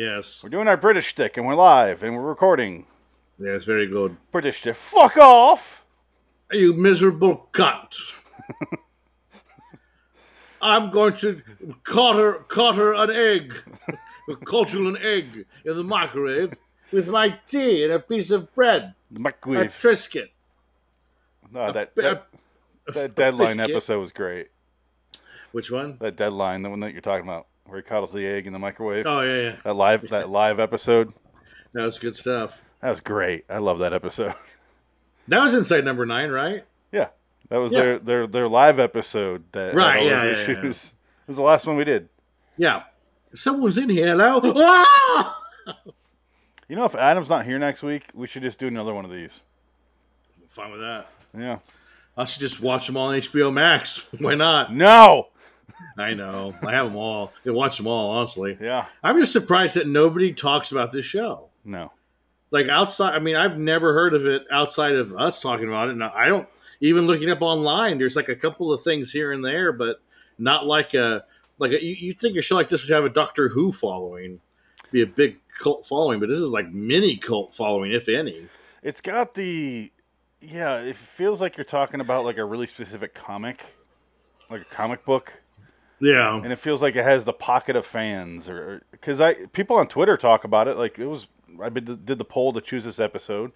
Yes. We're doing our British stick and we're live and we're recording. Yes, very good. British stick. Fuck off! You miserable cunt. I'm going to cotter, cotter an egg, culture an egg in the microwave with my tea and a piece of bread, The a microwave. Triscuit. uh, No, that, a- that, that deadline biscuit. episode was great. Which one? That deadline, the one that you're talking about, where he coddles the egg in the microwave. Oh, yeah, yeah. That live that live episode. That was good stuff. That was great. I love that episode. That was inside number nine, right? yeah. That was Yeah. their, their their live episode that had Right, all yeah, those yeah, yeah, issues. It was the last one we did. Yeah. Someone's in here. Hello? Ah! You know, if Adam's not here next week, we should just do another one of these. Fine with that. Yeah. I should just watch them all on HBO Max. Why not? No. I know. I have them all. I watch them all, honestly. Yeah. I'm just surprised that nobody talks about this show. No. Like outside, I mean, I've never heard of it outside of us talking about it. And I don't even looking up online. There's like a couple of things here and there, but not like a like a, you, you'd think a show like this would have a Doctor Who following, be a big cult following. But this is like mini cult following, if any. It's got the yeah, it feels like you're talking about like a really specific comic, like a comic book, Yeah, and it feels like it has the pocket of fans or cuz I people on Twitter talk about it like it was I did did the poll to choose this episode.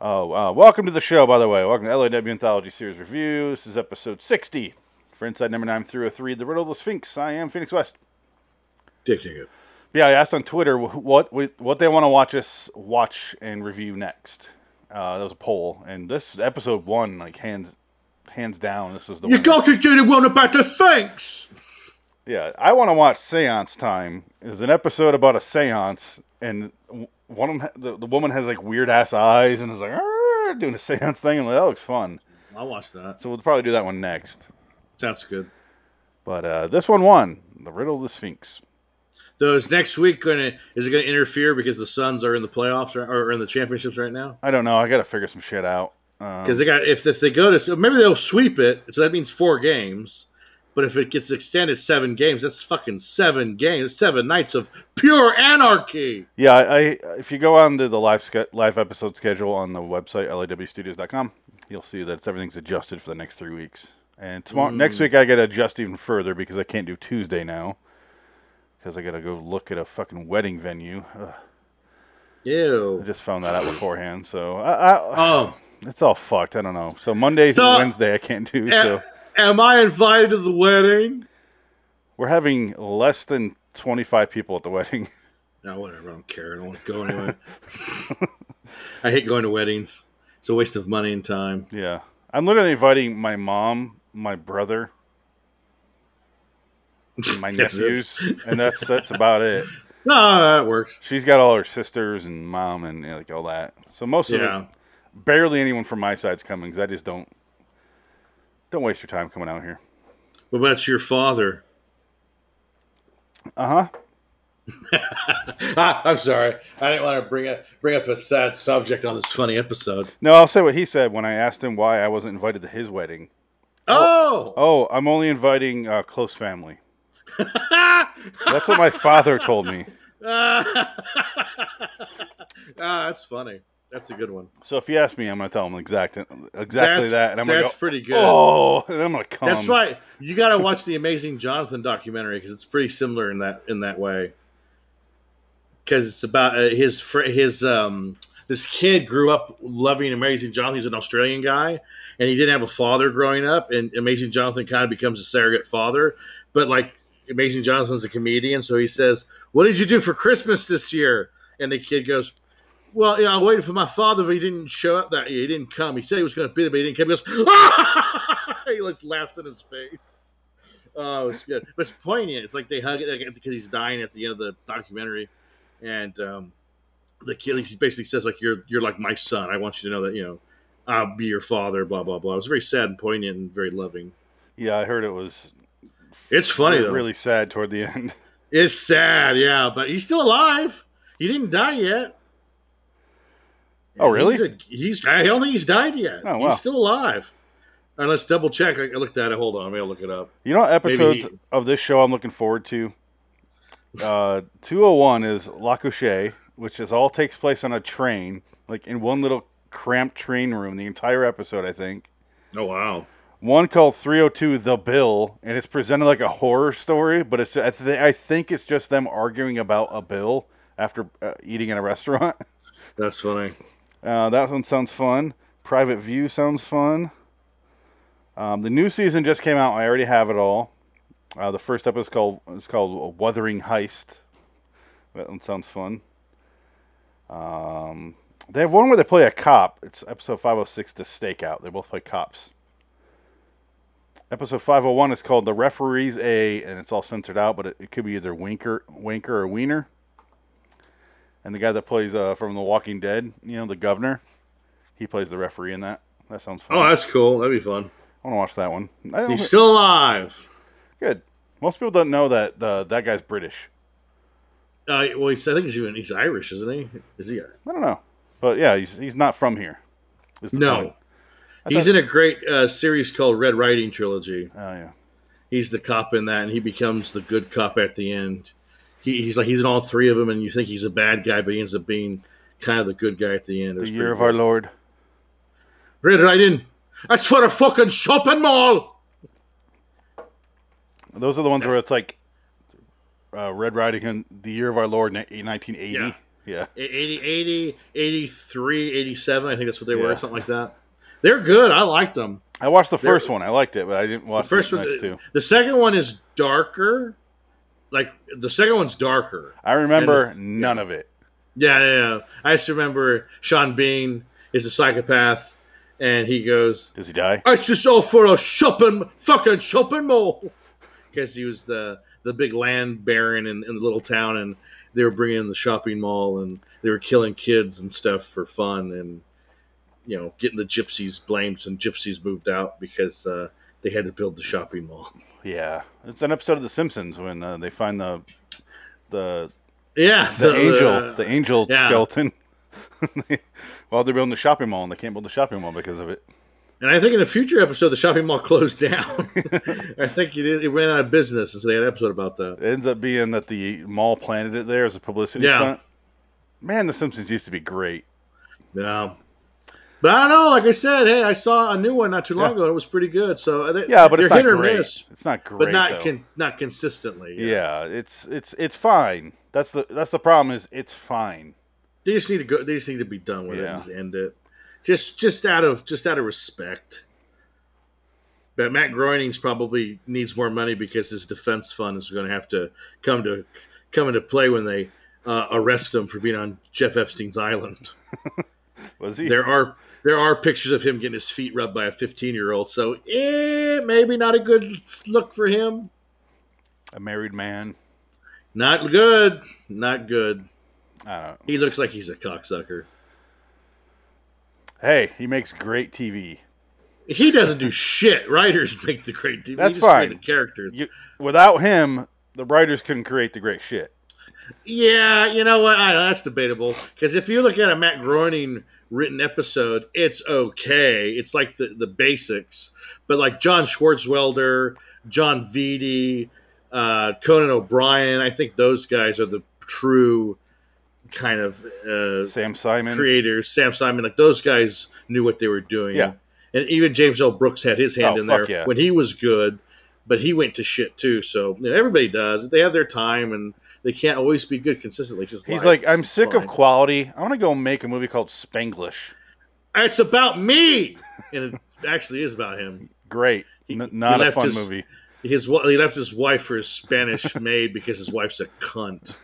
Oh, uh, welcome to the show by the way. Welcome to LAW Anthology Series Review. This is episode 60. For Inside Number 9 through 03, The Riddle of the Sphinx. I am Phoenix West. Dick Ticket. Yeah, I asked on Twitter wh- what we- what they want to watch us watch and review next. Uh, that was a poll, and this episode one, like hands hands down, this is the You winner. got to do the one about the thanks. Yeah, I want to watch Seance Time. Is an episode about a seance, and w- one of 'em ha- the, the woman has like weird ass eyes, and is like "Arr," doing a seance thing, and I'm like, that looks fun. I'll watch that. So we'll probably do that one next. Sounds good. But uh, this one won the Riddle of the Sphinx. Though is next week going to is it going to interfere because the Suns are in the playoffs or, or in the championships right now? I don't know. I got to figure some shit out. Um, Because they got if, if they go to so maybe they'll sweep it, so that means four games. But if it gets extended seven games, that's fucking seven games, seven nights of pure anarchy. Yeah, I, I if you go on to the live ske- live episode schedule on the website lawstudios.com, you'll see that it's, everything's adjusted for the next three weeks. And tomorrow, next week, I got to adjust even further because I can't do Tuesday now because I got to go look at a fucking wedding venue. Ugh, I Ew. just found that out beforehand, so I, I, Oh, it's all fucked. I don't know. So Mondays So- and Wednesday, I can't do. a- So am I invited to the wedding? we're having less than twenty five people at the wedding. No, whatever. I don't care. I don't want to go anyway. I hate going to weddings. It's a waste of money and time. yeah, I'm literally inviting my mom, my brother, my That's it. nephews, and that's that's about it. No, that works. She's got all her sisters and mom and you know, like all that. So most of Yeah. it, barely anyone from my side's coming because I just don't don't waste your time coming out here. What about your father? Uh Uh-huh. huh. Ah, I'm sorry. I didn't want to bring up bring up a sad subject on this funny episode. No, I'll say what he said when I asked him why I wasn't invited to his wedding. Oh, Oh, I'm only inviting uh, close family. Oh! That's what my father told me. ah, that's funny. That's a good one. So if you ask me, I'm going to tell him exact, exactly That's, that, and I'm going to that's go, pretty good. oh, and I'm going to come. that's right. You got to watch the Amazing Jonathan documentary because it's pretty similar in that in that way. Because it's about uh, his fr- his um this kid grew up loving Amazing Jonathan. He's an Australian guy, and he didn't have a father growing up. And Amazing Jonathan kind of becomes a surrogate father, but like Amazing Jonathan's a comedian, so he says, "What did you do for Christmas this year?" And the kid goes. Well, yeah, I waited for my father, but he didn't show up that year. He didn't come. He said he was going to be there, but he didn't come. He goes, ah! he looks laughs in his face. Oh, it's good, but it's poignant. It's like they hug it like, because he's dying at the end of the documentary, and um, the kid he basically says like, "You're you're like my son. I want you to know that you know I'll be your father." Blah blah blah. It was very sad and poignant and very loving. Yeah, I heard it was It's funny though. really sad toward the end. It's sad, yeah, but he's still alive. He didn't die yet. Oh, really? He's, a, he's I don't think he's died yet. Oh, wow. He's still alive. All right, let's double check. I I looked at it. Hold on, I'm gonna look it up. You know, what episodes he- of this show I'm looking forward to Uh, 201 is La Couchée, which is all takes place on a train, like in one little cramped train room, the entire episode, I think. Oh wow. One called 302 The Bill, and it's presented like a horror story, but it's I, th- I think it's just them arguing about a bill after uh, eating in a restaurant. That's funny. Uh, that one sounds fun. Private View sounds fun. Um, the new season just came out. I already have it all. Uh, the first episode is called it's called Wuthering Heist. That one sounds fun. Um, they have one where they play a cop. It's episode 506, The Stakeout. They both play cops. Episode 501 is called The Referees A, and it's all censored out, but it, it could be either Winker, Winker or Wiener. And the guy that plays uh, from The Walking Dead, you know, the governor, he plays the referee in that. That sounds fun. Oh, that's cool. That'd be fun. I want to watch that one. I don't He's think- still alive. good. Most people don't know that the, that guy's British. Uh, well, he's, I think he's even he's Irish, isn't he? Is he? I don't know. But yeah, he's, he's not from here. is the No. point. I He's in thought- a great uh, series called Red Riding Trilogy. Oh, yeah. He's the cop in that, and he becomes the good cop at the end. He, he's like he's in all three of them, and you think he's a bad guy, but he ends up being kind of the good guy at the end. It The was Year pretty of Our Lord. cool. Red Riding. That's for a fucking shopping mall. Those are the ones where it's like uh, Red Riding Hood, the year of our Lord, ni- 1980. Yeah. A- 80, 80, 83, 87, I think that's what they were, Yeah. or something like that. They're good. I liked them. I watched the first one. I liked it, but I didn't watch the First one, uh, next two. the second one is darker. Like the second one's darker. I remember it's- none of it. Yeah, yeah, yeah. I just remember Sean Bean is a psychopath, and he goes, Does he die? "It's just all for a shopping fucking shopping mall," because he was the the big land baron in, in the little town, and they were bringing in the shopping mall, and they were killing kids and stuff for fun, and you know, getting the gypsies blamed, and gypsies moved out because uh, they had to build the shopping mall. Yeah. It's an episode of The Simpsons when uh, they find the the Yeah, uh, the, angel the angel yeah. skeleton while they're building the shopping mall and they can't build the shopping mall because of it. And I think in a future episode, the shopping mall closed down. I think it, it ran out of business, and so they had an episode about that. It ends up being that the mall planted it there as a publicity Yeah. stunt. Man, The Simpsons used to be great. Yeah. But I don't know. Like I said, hey, I saw a new one not too long Yeah. ago. and It was pretty good. So I think- Yeah, but it's they're not hit or great. miss, It's not great, but not though. con- not consistently. Yeah. it's it's it's fine. That's the that's the problem is it's fine. They just need to go. They just need to be done with it. Yeah. And just end it. Just just out of just out of respect. But Matt Groening's probably needs more money because his defense fund is going to have to come to come into play when they uh, arrest him for being on Jeff Epstein's island. Was he? There are there are pictures of him getting his feet rubbed by a 15 year old. So eh, maybe not a good look for him. a married man? Not good. Not good. I don't. know. He looks like he's a cocksucker. Hey, he makes great TV. He doesn't do shit. Writers make the great TV. That's he just create fine. The characters. You, without him, the writers couldn't create the great shit. Yeah, you know what? I, that's debatable. Because if you look at a Matt Groening written episode, it's okay. It's like the, the basics. But like John Schwartzwelder, John Vitti, uh, Conan O'Brien, I think those guys are the true kind of uh, Sam Simon. creators. Sam Simon, like those guys knew what they were doing. Yeah. And even James L. Brooks had his hand Oh, in fuck there yeah. when he was good, but he went to shit too. So you know, everybody does. They have their time and they can't always be good consistently. It's just He's life. like, I'm It's sick of fine. quality. I want to go make a movie called Spanglish. It's about me. And it actually is about him. Great, N- not a left fun his- movie. His wa- he left his wife for his Spanish maid because his wife's a cunt.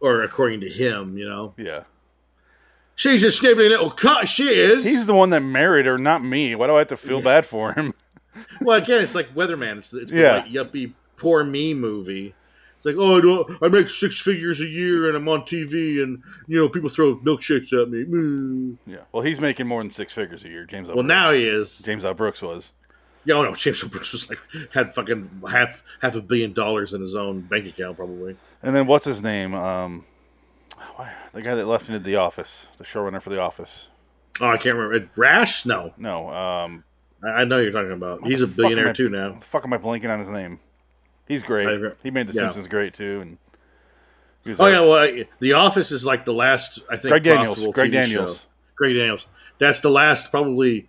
Or according to him, you know. Yeah, She's a sniveling little cunt. She is. he's the one that married her, not me. Why do I have to feel bad for him? Well, again, it's like Weatherman. It's the, it's the Yeah. like, yuppie, poor me movie. It's like, oh, I, don't, I make six figures a year and I'm on TV and, you know, people throw milkshakes at me. Mm. Yeah. Well, he's making more than six figures a year. James. L. Well, now Brooks. he is. James L. Brooks was. Yeah, oh, no, James Earl Brooks was like, had fucking half half a billion dollars in his own bank account, probably. And then what's his name? Um, why- the guy that left into The Office, the showrunner for The Office. Oh, I can't remember. Rash? No. No, um, I, I know who you're talking about. He's a fuck am billionaire I- too now. what the fuck am I blanking on his name? He's I great. re- He made The yeah. Simpsons great too, and Who's Oh that? yeah, well, I- The Office is like the last I think Greg Daniels. profitable Greg TV Daniels. show. Greg Daniels. That's the last probably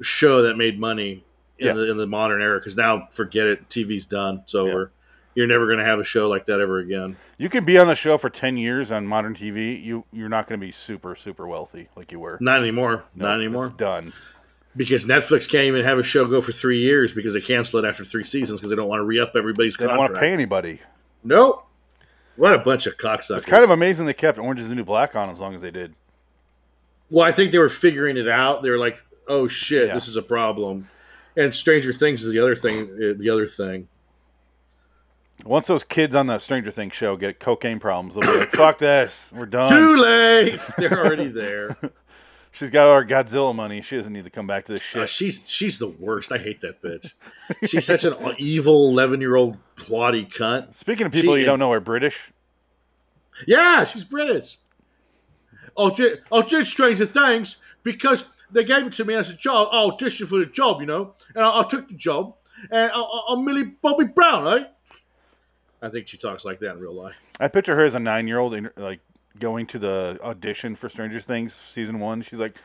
show that made money in Yeah. the in the modern era because now forget it, TV's done. It's over. Yeah. You're never going to have a show like that ever again. You can be on a show for ten years on modern TV. You you're not going to be super super wealthy like you were. Not anymore. No, Not It's anymore. done. Because Netflix can't even have a show go for three years because they cancel it after three seasons because they don't want to re up everybody's They don't contract. want to pay anybody. Nope. What a bunch of cocksuckers. It's kind of amazing they kept Orange Is the New Black on as long as they did. Well, I think they were figuring it out. They were like, "Oh shit, Yeah. this is a problem." And Stranger Things is the other thing. uh, The other thing. Once those kids on the Stranger Things show get cocaine problems, they'll be like, "Fuck this, we're done." Too late. They're already there. She's got our Godzilla money. She doesn't need to come back to this Uh, shit. she's she's the worst. I hate that bitch. She's such an evil eleven year old plotty cunt. Speaking of people she you is- don't know are British, Yeah, she's British. Oh, I did, I did Stranger Things because they gave it to me as a job. I auditioned for the job, you know, and I, I took the job. And I, I, I'm Millie Bobby Brown, eh? I think she talks like that in real life. I picture her as a nine-year-old, in- like going to the audition for Stranger Things season one. She's like,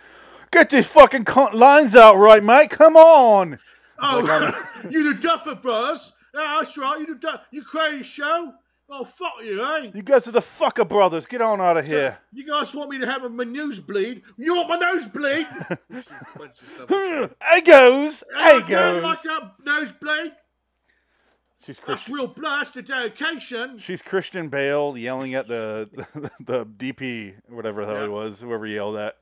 "Get these fucking con- lines out right, mate. Come on." Oh, you the Duffer Brothers? Yeah, that's right. You the du- you crazy show? Oh, fuck you, eh? You guys are the fucker brothers. Get on out of here. You guys want me to have my nosebleed? You want my nosebleed? I goes. I don't like goes. that nosebleed. She's That's Christian. real blast to dedication. She's Christian Bale yelling at the the, DP, whatever the hell Yeah. it was, whoever yelled at.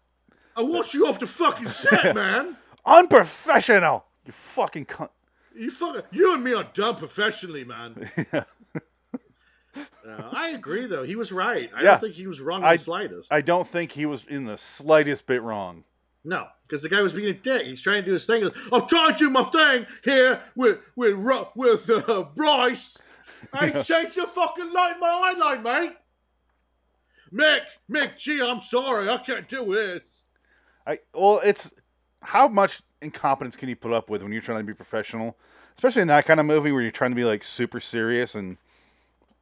I watched you off the fucking set, man. Unprofessional. You fucking cunt. You fucking, you and me are done professionally, man. Uh, I agree, though. He was right. I Yeah. don't think he was wrong in I- the slightest. I don't think he was in the slightest bit wrong. No, because the guy was being a dick. He's trying to do his thing. I'm trying to do my thing here with with Ro- with uh, Bryce. I ain't changed the fucking light my eyeline, mate. Mick, Mick, gee, I'm sorry, I can't do this. I well, it's how much incompetence can you put up with when you're trying to be professional, especially in that kind of movie where you're trying to be like super serious and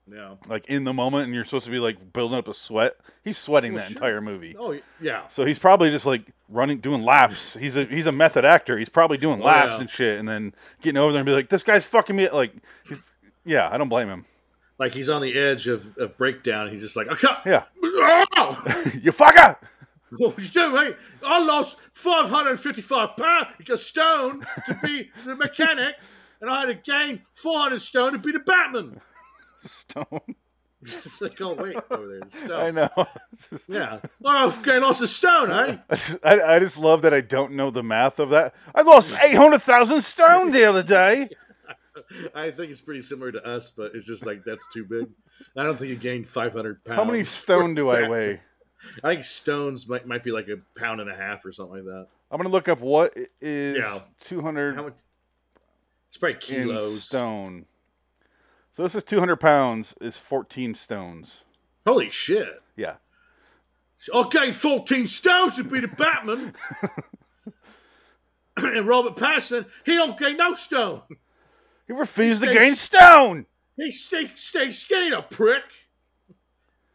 Yeah. like in the moment, and you're supposed to be like building up a sweat. He's sweating Well, that sure. entire movie. Oh yeah. So he's probably just like running, doing laps. He's a he's a method actor. He's probably doing laps Oh, yeah. and shit, and then getting over there and be like, "This guy's fucking me." Like, he's, yeah, I don't blame him. Like he's on the edge of, of breakdown. He's just like, I can't. Yeah, Ow! you fucker. what was you doing? I lost 555 pounds a stone to be the mechanic, and I had to gain 400 stone to be the Batman. Stone. It's like, oh wait, over there, it's I stone. know. It's just- Yeah. Oh, I've gained lots of stone, eh? I, just- I, I just love that I don't know the math of that. I lost 800,000 stone the other day. I think it's pretty similar to us, but it's just like that's too big. I don't think you gained 500 pounds. How many stone do I weigh? I think stones might, might be like a pound and a half or something like that. I'm going to look up what i- is Yeah. How 200 much? It's probably in kilos. stone. So this is 200 pounds is 14 stones. Holy shit. Yeah. I gained 14 stones to be the Batman. and Robert Pattinson, he don't gain no stone. He refused to He says- gain stone. He stay, stay skinny, a prick.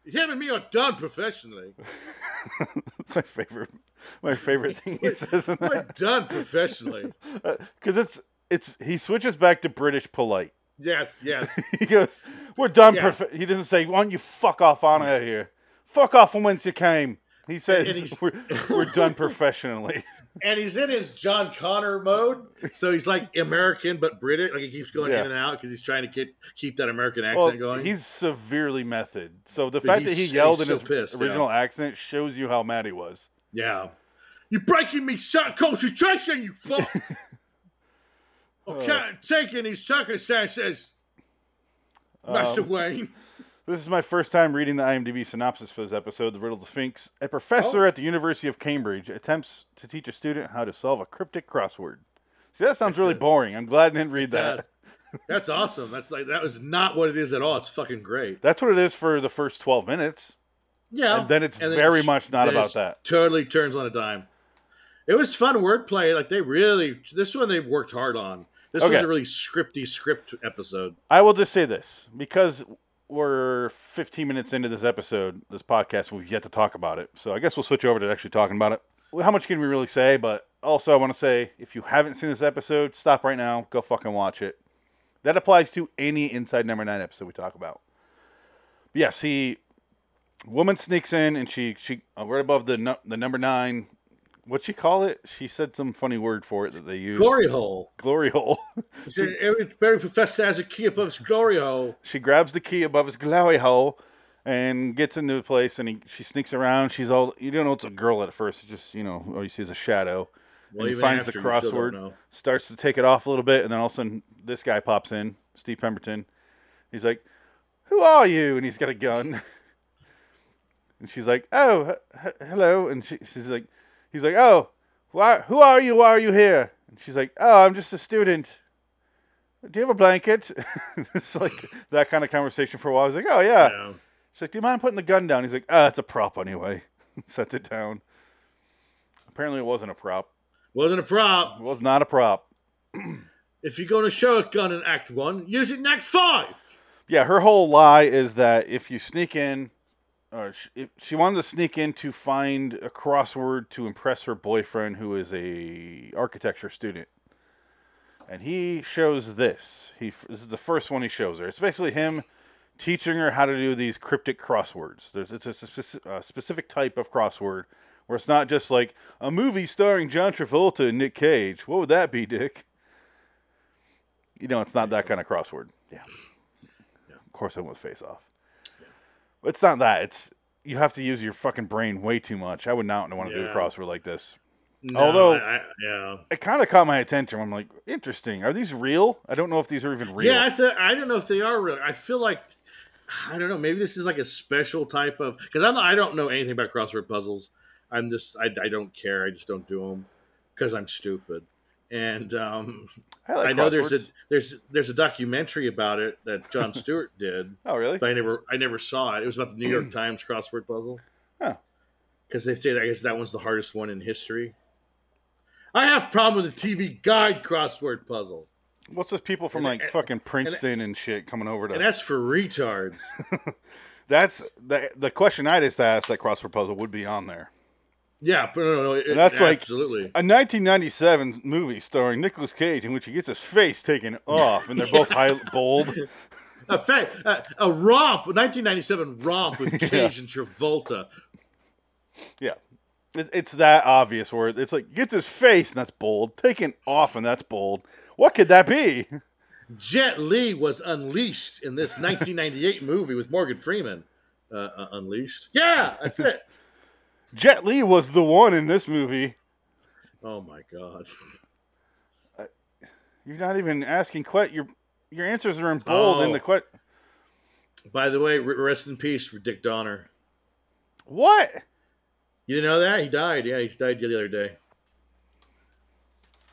Him and me are done professionally. That's my favorite. My favorite thing he says in We're that done professionally. because it's it's he switches back to British polite. Yes, yes. He goes, "We're done." Yeah. Prof-. He doesn't say, "Why don't you fuck off on out of here? Fuck off from whence you came." He And says, he's- "We're, we're done professionally." And he's in his John Connor mode, so he's like American but British. Like he keeps going Yeah. in and out because he's trying to keep keep that American accent Well, going. he's severely method. So the But fact that he he's- yelled he's in so his pissed, yeah. original accent shows you how mad he was. yeah, you're breaking me so- concentration, you fuck. I can't take any circumstances, Um, Master Wayne. This is my first time reading the IMDb synopsis for this episode, The Riddle of the Sphinx. A professor at the University of Cambridge attempts to teach a student how to solve a cryptic crossword. See, that sounds really boring. I'm glad I didn't read that. That's, that's awesome. That's like that was not what it is at all. It's fucking great. That's what it is for the first 12 minutes. Yeah. And then it's it very sh- much not then it about sh- that. Totally turns on a dime. It was fun wordplay. Like they really this one they worked hard on. This Okay. was a really scripty script episode. I will just say this because we're 15 minutes into this episode, this podcast, and we've yet to talk about it. So I guess we'll switch over to actually talking about it. Well, How much can we really say? But also, I want to say if you haven't seen this episode, stop right now, go fucking watch it. That applies to any Inside Number Nine episode we talk about. But yes, he woman sneaks in and she she uh, right above the nu- the number nine. What'd she call it? She said some funny word for it that they use. Glory hole. Glory hole. It's an- Every, every professor has a key above his glory hole. she grabs the key above his glowy hole and gets into the place and he, she sneaks around she's all you don't know it's a girl at first it's just you know all you see is a shadow Well, and he even finds the after, you still don't crossword know. starts to take it off a little bit and then all of a sudden this guy pops in steve pemberton he's like who are you and he's got a gun and she's like oh h- h- hello and she, she's like he's like oh why, who are you why are you here and she's like oh i'm just a student do you have a blanket? it's like that kind of conversation for a while. I was like, oh yeah. Yeah. She's like, do you mind putting the gun down? He's like, ah, it's a prop anyway. Sets it down. Apparently, it wasn't a prop. Wasn't a prop. It was not a prop. If you're going to show a gun in Act 1, use it in Act 5. Yeah, her whole lie is that if you sneak in, or she, if she wanted to sneak in to find a crossword to impress her boyfriend, who is a architecture student, and he shows this. He f- this is the first one he shows her. It's basically him teaching her how to do these cryptic crosswords. There's it's a speci- uh, specific type of crossword where it's not just like a movie starring John Travolta and Nick Cage. What would that be, Dick? You know, it's not that kind of crossword. Yeah. Of course, I went with Face Off. But it's not that. It's you have to use your fucking brain way too much. I would not want to do a Yeah. crossword like this. No, Although- I, I- yeah. It kind of caught my attention. I'm like, interesting. Are these real? I don't know if these are even real. Yeah, I said I don't know if they are real. I feel like I don't know. Maybe this is like a special type of because I'm not, I don't know anything about crossword puzzles. I'm just I, I don't care. I just don't do them because I'm stupid. And um, like I know there's a crosswords. there's there's a documentary about it that John Stewart did, Oh, really? but I never I never saw it. It was about the New York Times crossword puzzle. Huh. Because they say I guess that one's the hardest one in history. I have problem with the TV guide crossword puzzle. What's this people from like and- fucking Princeton and, shit coming over to? And that's for retards. that's the the question I just asked. That crossword puzzle would be on there. Yeah, but no, no, no it- That's like- absolutely. A 1997 movie starring Nicolas Cage in which he gets his face taken off, and they're both high, bold. A, fa- uh, a, a romp, a 1997 romp with Cage Yeah. and Travolta. Yeah. It, it's that obvious where it's like gets his face and that's bold, taken off and that's bold. What could that be? Jet Li was unleashed in this 1998 movie with Morgan Freeman. Uh, uh, unleashed. Yeah, that's it. Jet Li was the one in this movie. Oh my god. You're not even asking quite your your answers are in bold in Oh. the quite By the way, r- rest in peace for Dick Donner. What? You didn't know that he died. Yeah, he died the other day.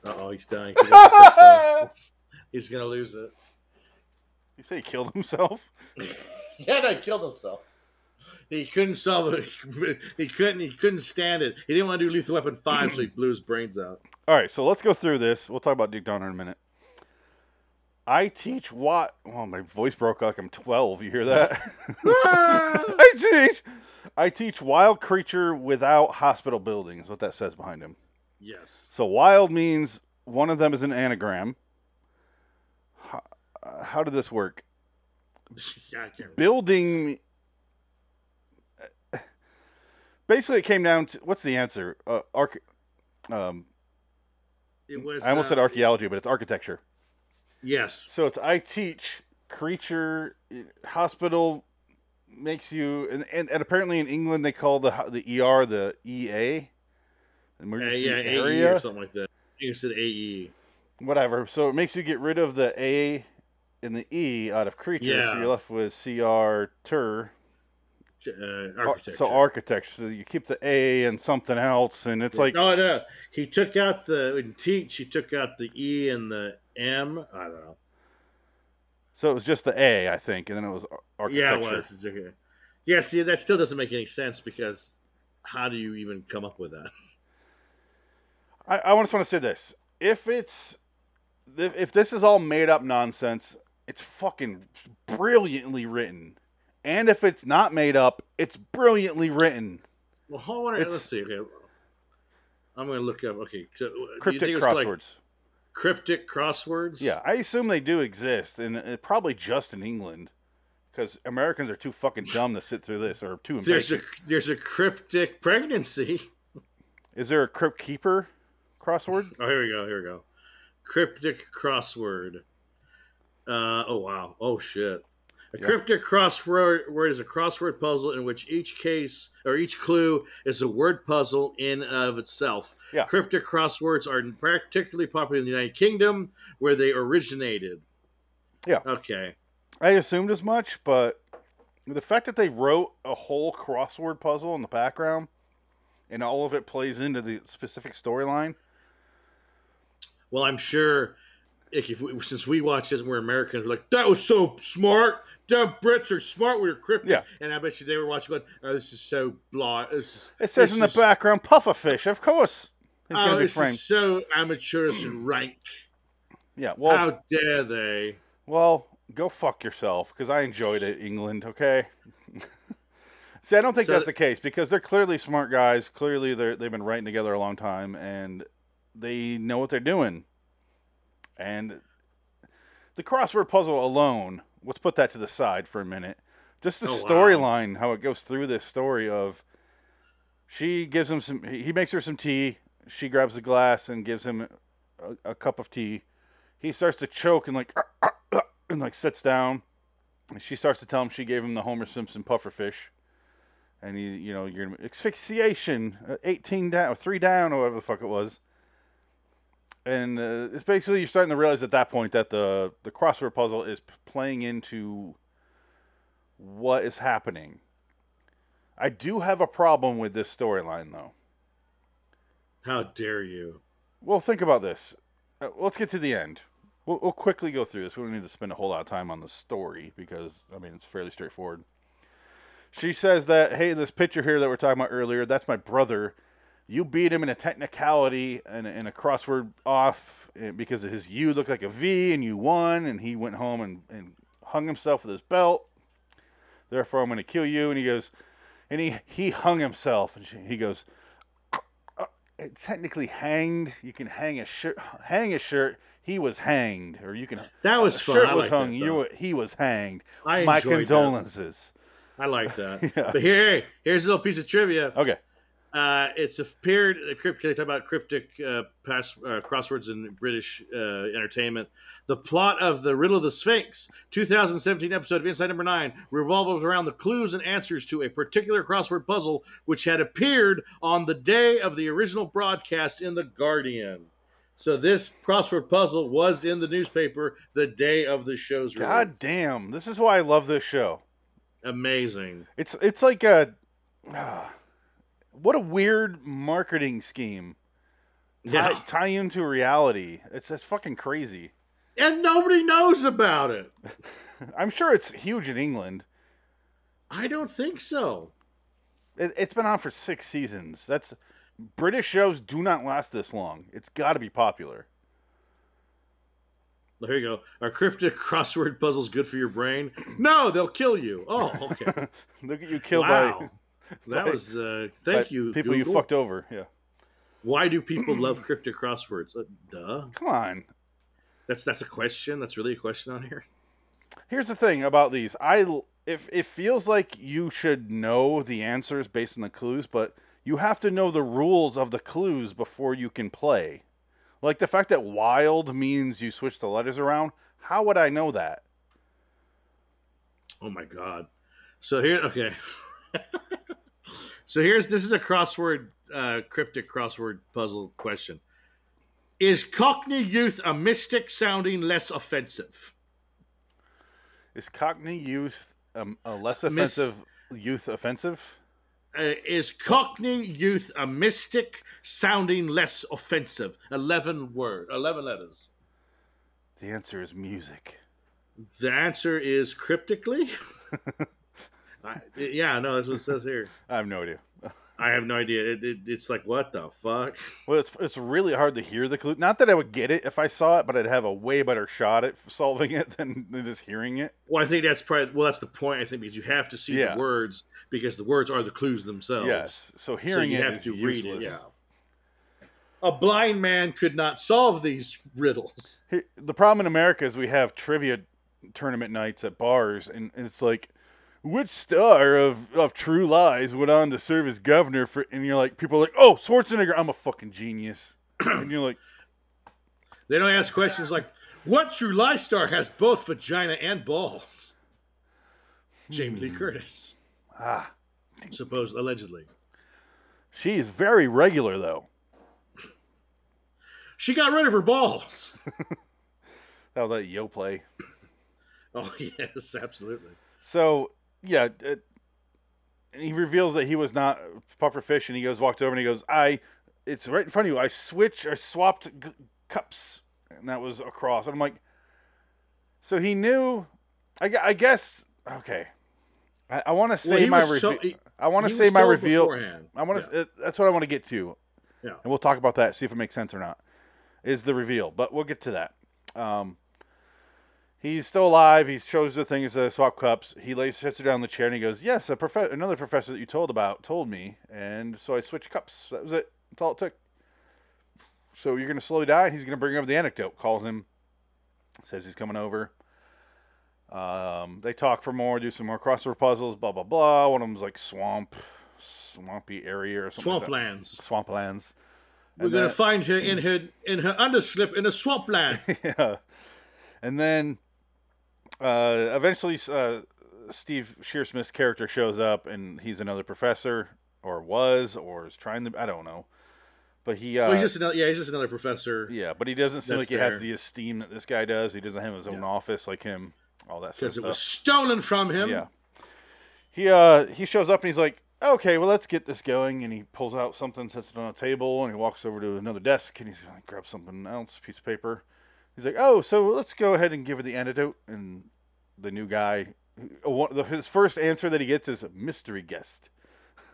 Uh oh, he's dying. He's gonna lose it, though. He's gonna lose it. You say he killed himself? Yeah, no, he killed himself. He couldn't solve it. He couldn't. He couldn't stand it. He didn't want to do Lethal Weapon Five, so he blew his brains out. All right, so let's go through this. We'll talk about Dick Donner in a minute. I teach what? Well, my voice broke like I'm 12. You hear that? I teach. I teach wild creature without hospital building. Is what that says behind him. Yes. So wild means one of them is an anagram. How, uh, how did this work? Yeah, I can't. Building. Basically, it came down to what's the answer? Uh, arch, um, It was. I almost uh, said archaeology, but it's architecture. Yes. So it's I teach creature hospital makes you and, and, and apparently in England they call the ho- the ER the EA Uh, emergency yeah, AE area or something like that. You said E, AE. whatever. So it makes you get rid of the A and the E out of creature, so Yeah. you're left with CR tur. Uh, Ar- architecture. So architecture. So you keep the A and something else, and it's like no, no. He took out the in teach. He took out the E and the M. I don't know. so it was just the A, I think, and then it was ar- Yeah, architecture. it was. Yeah. See, that still doesn't make any sense because how do you even come up with that? I, I just want to say this: if it's if this is all made up nonsense, it's fucking brilliantly written. And if it's not made up, it's brilliantly written. Well, hold on. Let's It's- see. Okay, I'm going to look up. Okay, so uh, do you Cryptic think it was crosswords. like cryptic crosswords. Yeah, I assume they do exist, and uh, probably just in England, because Americans are too fucking dumb to sit through this, or too There's a impatient. there's a cryptic pregnancy. Is there a crypt keeper crossword? Oh, here we go. Here we go. Cryptic crossword. Uh, oh wow. Oh shit. A Yeah. cryptic crossword word is a crossword puzzle in which each case or each clue is a word puzzle in and of itself. Yeah. Cryptic crosswords are particularly popular in the United Kingdom, where they originated. Yeah. Okay. I assumed as much, but the fact that they wrote a whole crossword puzzle in the background, and all of it plays into the specific storyline. Well, I'm sure if, if we, since we watch this, and we're Americans. We're like, that was so smart. Damn Brits are smart with your cryptic. Yeah. And I bet you they were watching going, oh, this is so blah. This is, It says this in the is- background, pufferfish. Of course, he's Oh, gonna be this framed. is so amateurish and rank. Yeah. Well, How dare they? well, go fuck yourself, because I enjoyed it, England. Okay. See, I don't think So- that's the case because they're clearly smart guys. Clearly, they're they've been writing together a long time, and they know what they're doing. And the crossword puzzle alone, let's put that to the side for a minute. Just the Oh, wow. storyline, how it goes through this story of she gives him some, he he makes her some tea. She grabs a glass and gives him a, a cup of tea. He starts to choke and like, and like sits down. And she starts to tell him she gave him the Homer Simpson pufferfish. And you, you know, you're gonna asphyxiation, uh, 18 down, or three down, or whatever the fuck it was and uh, it's basically you're starting to realize at that point that the the crossword puzzle is p- playing into what is happening. I do have a problem with this storyline though. How dare you? Well, think about this. Uh, let's get to the end. We'll, we'll quickly go through this. We don't need to spend a whole lot of time on the story because, I mean, it's fairly straightforward. She says that, hey, this picture here that we're talking about earlier, that's my brother. You beat him in a technicality and, and a crossword off eh, because his U looked like a V and you won, and he went home and, and hung himself with his belt. Therefore, I'm going to kill you. And he goes, and he, he hung himself. And she, he goes, it's technically hanged. You can hang a shirt. Hang a shirt. He was hanged, or you can. That was a fun. Shirt I was like hung. that, you though. were, he was hanged. I My enjoyed that. condolences. I like that. But here, here's a little piece of trivia. Okay. Uh, it's appeared. The crypt, they talk about cryptic uh, pass, uh, crosswords in British uh, entertainment. The plot of the Riddle of the Sphinx, 2017 episode of Inside Number Nine, revolves around the clues and answers to a particular crossword puzzle, which had appeared on the day of the original broadcast in the Guardian. So this crossword puzzle was in the newspaper the day of the show's release. God damn. This is why I love this show. Amazing. It's it's like a. ah, what a weird marketing scheme. Tie, Yeah. tie into reality. It's that's fucking crazy. And nobody knows about it. I'm sure it's huge in England. I don't think so. It, it's been on for six seasons. That's British shows do not last this long. It's got to be popular. Well, Here you go. Are cryptic crossword puzzles good for your brain? No, they'll kill you. Oh, okay. Look at you killed by wow. That by- was uh thank by you. people you Google. fucked over. Yeah, Why do people love cryptic crosswords? Uh, duh. come on. That's that's a question. That's really a question on here. Here's the thing about these. I l- if it feels like you should know the answers based on the clues, but you have to know the rules of the clues before you can play. Like the fact that wild means you switch the letters around. How would I know that? Oh my god. So here okay. so here's this is a crossword uh cryptic crossword puzzle question. Is Cockney youth a mystic sounding less offensive? Is Cockney youth um, a less Miss- offensive youth offensive? uh, is Cockney youth a mystic sounding less offensive? 11 word, 11 letters. The answer is music. The answer is cryptically. I, yeah, no, that's what it says here. I have no idea. I have no idea. It, it, it's like what the fuck? Well, it's it's really hard to hear the clue. Not that I would get it if I saw it, but I'd have a way better shot at solving it than, than just hearing it. Well, I think that's probably well, that's the point. I think because you have to see Yeah. the words because the words are the clues themselves. Yes. So so hearing you it have is to read useless. it. Yeah. A blind man could not solve these riddles. Here- the problem in America is we have trivia tournament nights at bars, and, and it's like, which star of, of True Lies went on to serve as governor for? And you're like, people are like, oh, Schwarzenegger, I'm a fucking genius. and you're like, They don't ask questions like, "What true lie star has both vagina and balls?" James Hmm. Lee Curtis, ah, supposed allegedly. she is very regular though. She got rid of her balls. That was that yo play. Oh yes, absolutely. So yeah, it, and he reveals that he was not puffer fish, and he goes walked over and he goes, I, it's right in front of you. I switch, I swapped g- cups, and that was across. I'm like, so he knew. I, gu- I guess okay. I, I want to say he my was reveal. so- he- I want to He say was my told reveal. beforehand. I want Yeah. to. That's what I want to get to. Yeah. And we'll talk about that. See if it makes sense or not. Is the reveal, but we'll get to that. Um, he's still alive. He shows the thing is uh, swap cups. He lays sits her down in the chair and he goes, "Yes, a prof- another professor that you told about told me, and so I switched cups. That was it. That's all it took." So you're gonna slowly die. He's gonna bring over the anecdote. Calls him. Says he's coming over. Um, they talk for more, do some more crossover puzzles, blah blah blah. One of them's like swamp, swampy area or something. Like that. Swamplands. Swamplands. We're And gonna that- Hmm. find her in her in her underslip in a swampland. yeah. And then uh, eventually uh, Steve Shearsmith's character shows up and he's another professor or was or is trying to I don't know. But he uh, Well, he's just another. Yeah, he's just another professor. yeah, but he doesn't seem That's like he has there. the esteem that this guy does. He doesn't have his own Yeah. office like him. All that sort of because it stuff. was stolen from him. Yeah. He uh he shows up and he's like, "Okay, well let's get this going." And he pulls out something, sets it on a table, and he walks over to another desk and he's gonna grab something else, piece of paper. He's like, "Oh, so let's go ahead and give her the antidote." And the new guy, uh, one- the- his first answer that he gets is mystery guest.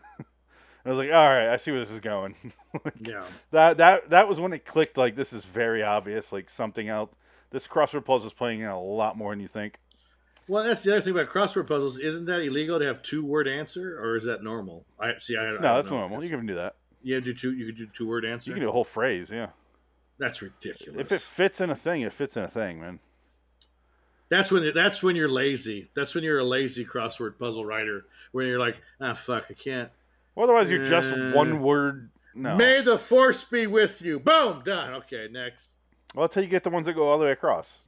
I was like, "All right, I see where this is going." yeah. that that that was when it clicked. Like this is very obvious. Like something out. This crossword puzzle is playing out a lot more than you think. Well, that's the other thing about crossword puzzles. Isn't that illegal to have two word answer, or is that normal? I see. I, I No, don't that's know. normal. You can do that. You have to do two. You could do two word answer. You can do a whole phrase, yeah. that's ridiculous. If it fits in a thing, it fits in a thing, man. that's when that's when you're lazy. That's when you're a lazy crossword puzzle writer. When you're like, ah, fuck, I can't. Well, otherwise, you're just Uh, one word. No. May the force be with you. Boom, done. Okay, next. well, until you get the ones that go all the way across.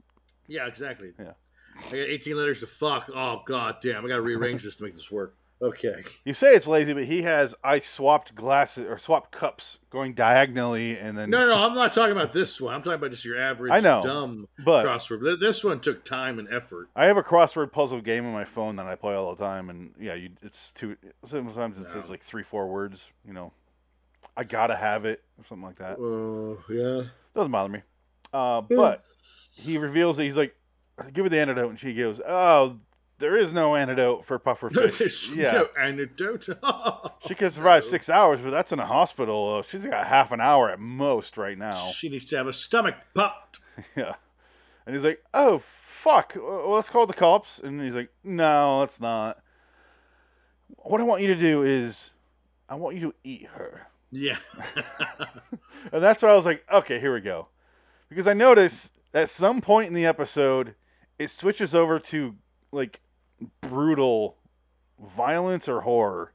Yeah, exactly. Yeah. I got 18 letters to fuck. Oh god damn, I got to rearrange this to make this work. Okay. You say it's lazy, but he has I swapped glasses or swapped cups going diagonally, and then No, no, I'm not talking about this one. I'm talking about just your average I know, dumb but- crossword. Th- This one took time and effort. I have a crossword puzzle game on my phone that I play all the time, and yeah, you, it's two. Sometimes it's No. like three, four words. You know, I gotta have it or something like that. Oh, yeah. Doesn't bother me. Uh, but he reveals that he's like, give her the antidote, and she goes, oh, there is no antidote for There's pufferfish. no anecdote. She could survive six hours, but that's in a hospital. Uh, she's got half an hour at most right now. she needs to have a stomach popped. yeah. And he's like, oh, fuck. Well, let's call the cops. And he's like, no, let's not. What I want you to do is, I want you to eat her. Yeah. And that's where I was like, okay, here we go. Because I noticed at some point in the episode, it switches over to like brutal violence or horror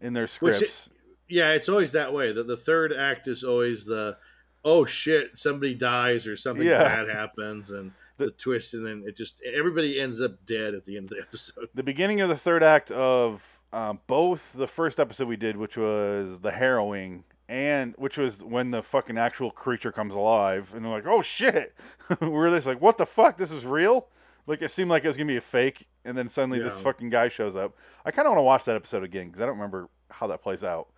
in their Which it- scripts. yeah, it's always that way. The, the third act is always the, oh shit, somebody dies or something Yeah. bad happens and the, twist and then it just, everybody ends up dead at the end of the episode. the beginning of the third act of um, both the first episode we did, which was the harrowing, and which was when the fucking actual creature comes alive, and they're like, "Oh shit!" we were just like, "What the fuck? This is real." Like it seemed like it was gonna be a fake, and then suddenly this Yeah. fucking guy shows up. I kind of want to watch that episode again because I don't remember how that plays out.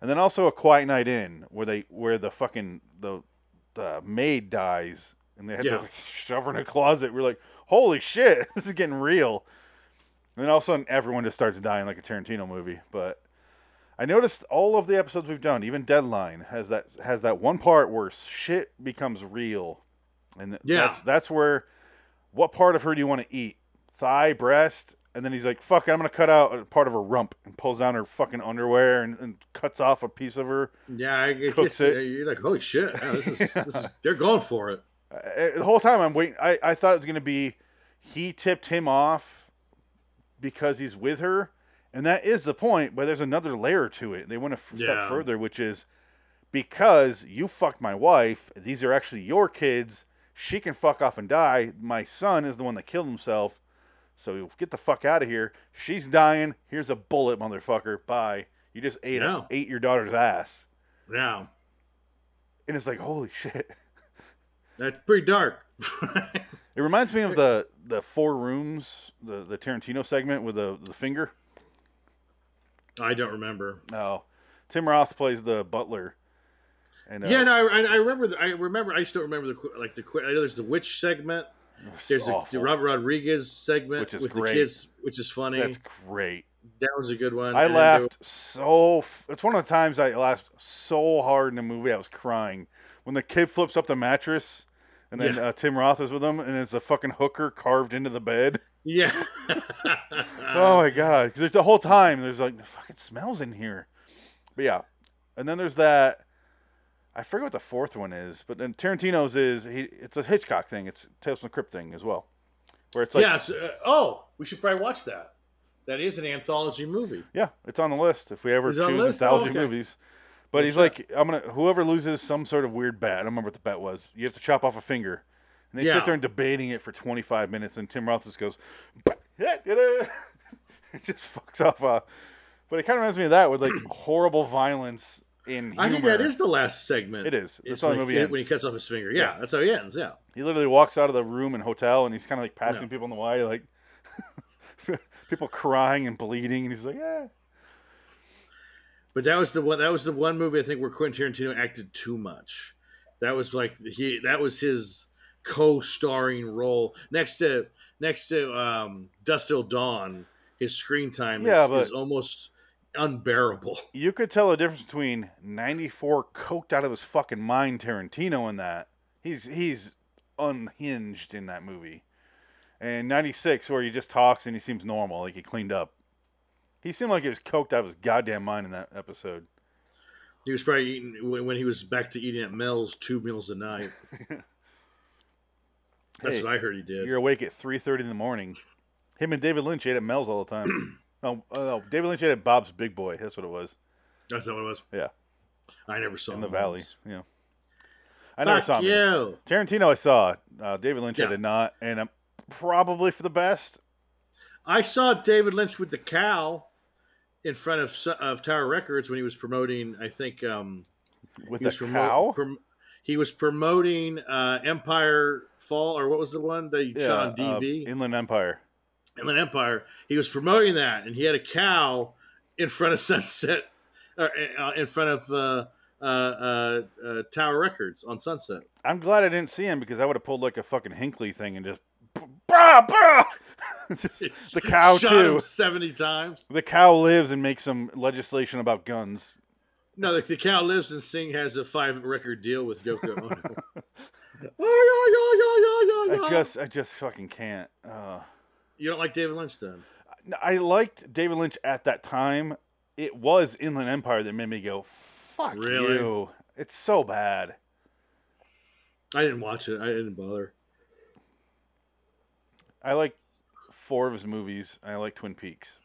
And then also a Quiet Night In, where they where the fucking the the maid dies, and they had Yeah. to like, shove her in a closet. We're like, "Holy shit! This is getting real." And then all of a sudden, everyone just starts dying like a Tarantino movie. But I noticed all of the episodes we've done, even Deadline, has that has that one part where shit becomes real, and th- Yeah. that's that's where what part of her do you want to eat? Thigh, breast, and then he's like, "Fuck, it, I'm gonna cut out a part of her rump," and pulls down her fucking underwear and, and cuts off a piece of her. Yeah, I, it Cooks gets- it. you're like, holy shit! yeah, this is, this is, they're going for it. I- the whole time I'm waiting. I, I thought it was gonna be he tipped him off because he's with her, and that is the point. But there's another layer to it. They went a f- Yeah. step further, which is because you fucked my wife. These are actually your kids. She can fuck off and die. My son is the one that killed himself. So get the fuck out of here. She's dying. Here's a bullet, motherfucker. Bye. You just ate Yeah. ate your daughter's ass, Yeah, and it's like holy shit. that's pretty dark. It reminds me of the the four rooms, the the Tarantino segment with the the finger. I don't remember. Oh, Tim Roth plays the butler. And uh, Yeah, no, I, I- I remember. The, I remember. I just don't remember the qu- like the. qu- I know there's the witch segment. it's There's the, awful. the Robert Rodriguez segment Which is with great. the kids, which is funny. That's great. that was a good one. I And then there- laughed so. F- it's one of the times I laughed so hard in a movie. I was crying when the kid flips up the mattress, and then Yeah. uh, Tim Roth is with him, and it's a fucking hooker carved into the bed. Yeah. Uh, oh my god! Because the whole time there's like the fucking smells in here. But yeah, and then there's that. I forget what the fourth one is, but then Tarantino's is he. It's a Hitchcock thing. It's Tales from the Crypt thing as well, where it's like yeah, yeah. So, uh, oh, we should probably watch that. That is an anthology movie. it's on the list if we ever It's on choose the list? nostalgia Oh, okay. movies. But he's like, I'm gonna whoever loses some sort of weird bet. I don't remember what the bet was. You have to chop off a finger, and they Yeah. sit there and debating it for 25 minutes, and Tim Roth just goes, it just fucks off. Uh, but it kind of reminds me of that with like horrible violence in humor. I think that is the last segment. It is. That's It's how the when, movie he- ends. when he cuts off his finger. Yeah, Yeah. that's how he ends. Yeah. He literally walks out of the room in hotel and he's kind of like passing Yeah. people in the way, like people crying and bleeding, and he's like, "Ah." yeah. But that was the one. That was the one movie I think where Quentin Tarantino acted too much. That was like he. That was his co-starring role next to next to um, Dust Till Dawn. His screen time Yeah, is, but- is almost unbearable. You could tell the difference between '94 coked out of his fucking mind Tarantino in that he's he's unhinged in that movie, and '96 where he just talks and he seems normal, like he cleaned up. He seemed like he was coked out of his goddamn mind in that episode. He was probably eating when, when he was back to eating at Mel's two meals a night. That's Hey, what I heard he did. You're awake at three thirty in the morning. Him and David Lynch ate at Mel's all the time. no, uh, no, David Lynch ate at Bob's Big Boy. That's what it was That's not what it was. Yeah. I never saw in him the once. Valley. Yeah, I Oh, Fuck never saw him. either. you. Tarantino, I saw. Uh, David Lynch, I Yeah. did not, and I'm probably for the best. I saw David Lynch with the cow in front of Su- of Tower Records when he was promoting. I think um, With he was a promo- cow. prom- he was promoting uh, Empire Fall or what was the one that you shot on uh, DV? Inland Empire. Inland Empire. He was promoting that, and he had a cow in front of Sunset, or uh, in front of uh, uh, uh, uh, Tower Records on Sunset. I'm glad I didn't see him because I would have pulled like a fucking Hinkley thing and just bah, bah! Just the cow Shot too. him seventy times. The cow lives and makes some legislation about guns. No, the, the cow lives and Singh has a five record deal with Yoko Ono. Oh, yeah, yeah, yeah, yeah, yeah, I yeah. just, I just fucking can't. Uh, you don't like David Lynch then? I liked David Lynch at that time. It was Inland Empire that made me go, "Fuck Really? you." It's so bad. I didn't watch it. I didn't bother. I like four of his movies. I like Twin Peaks.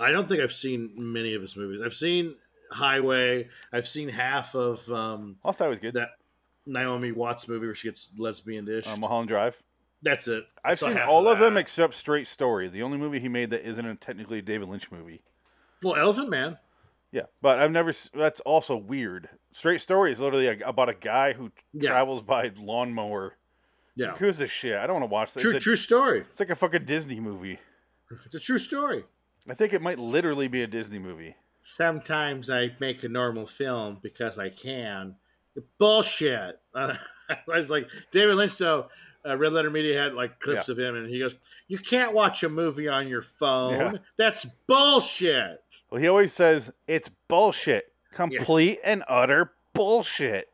I don't think I've seen many of his movies. I've seen Highway. I've seen half of um, Also, that was good. that Naomi Watts movie where she gets lesbian dish. Uh, Mulholland Drive. That's it. I I've saw seen half all of that. them except Straight Story, the only movie he made that isn't a technically a David Lynch movie. well, Elephant Man. Yeah, but I've never. s- That's also weird. Straight Story is literally a, about a guy who Yeah. travels by lawnmower. Yeah. Who's this shit? I don't want to watch that. True, it's, a- true story. it's like a fucking Disney movie. It's a true story. I think it might literally be a Disney movie. Sometimes I make a normal film because I can. Bullshit. I was like, David Lynch, so uh, Red Letter Media had like clips Yeah. of him, and he goes, You can't watch a movie on your phone. Yeah. That's bullshit. Well, he always says it's bullshit, complete and utter bullshit.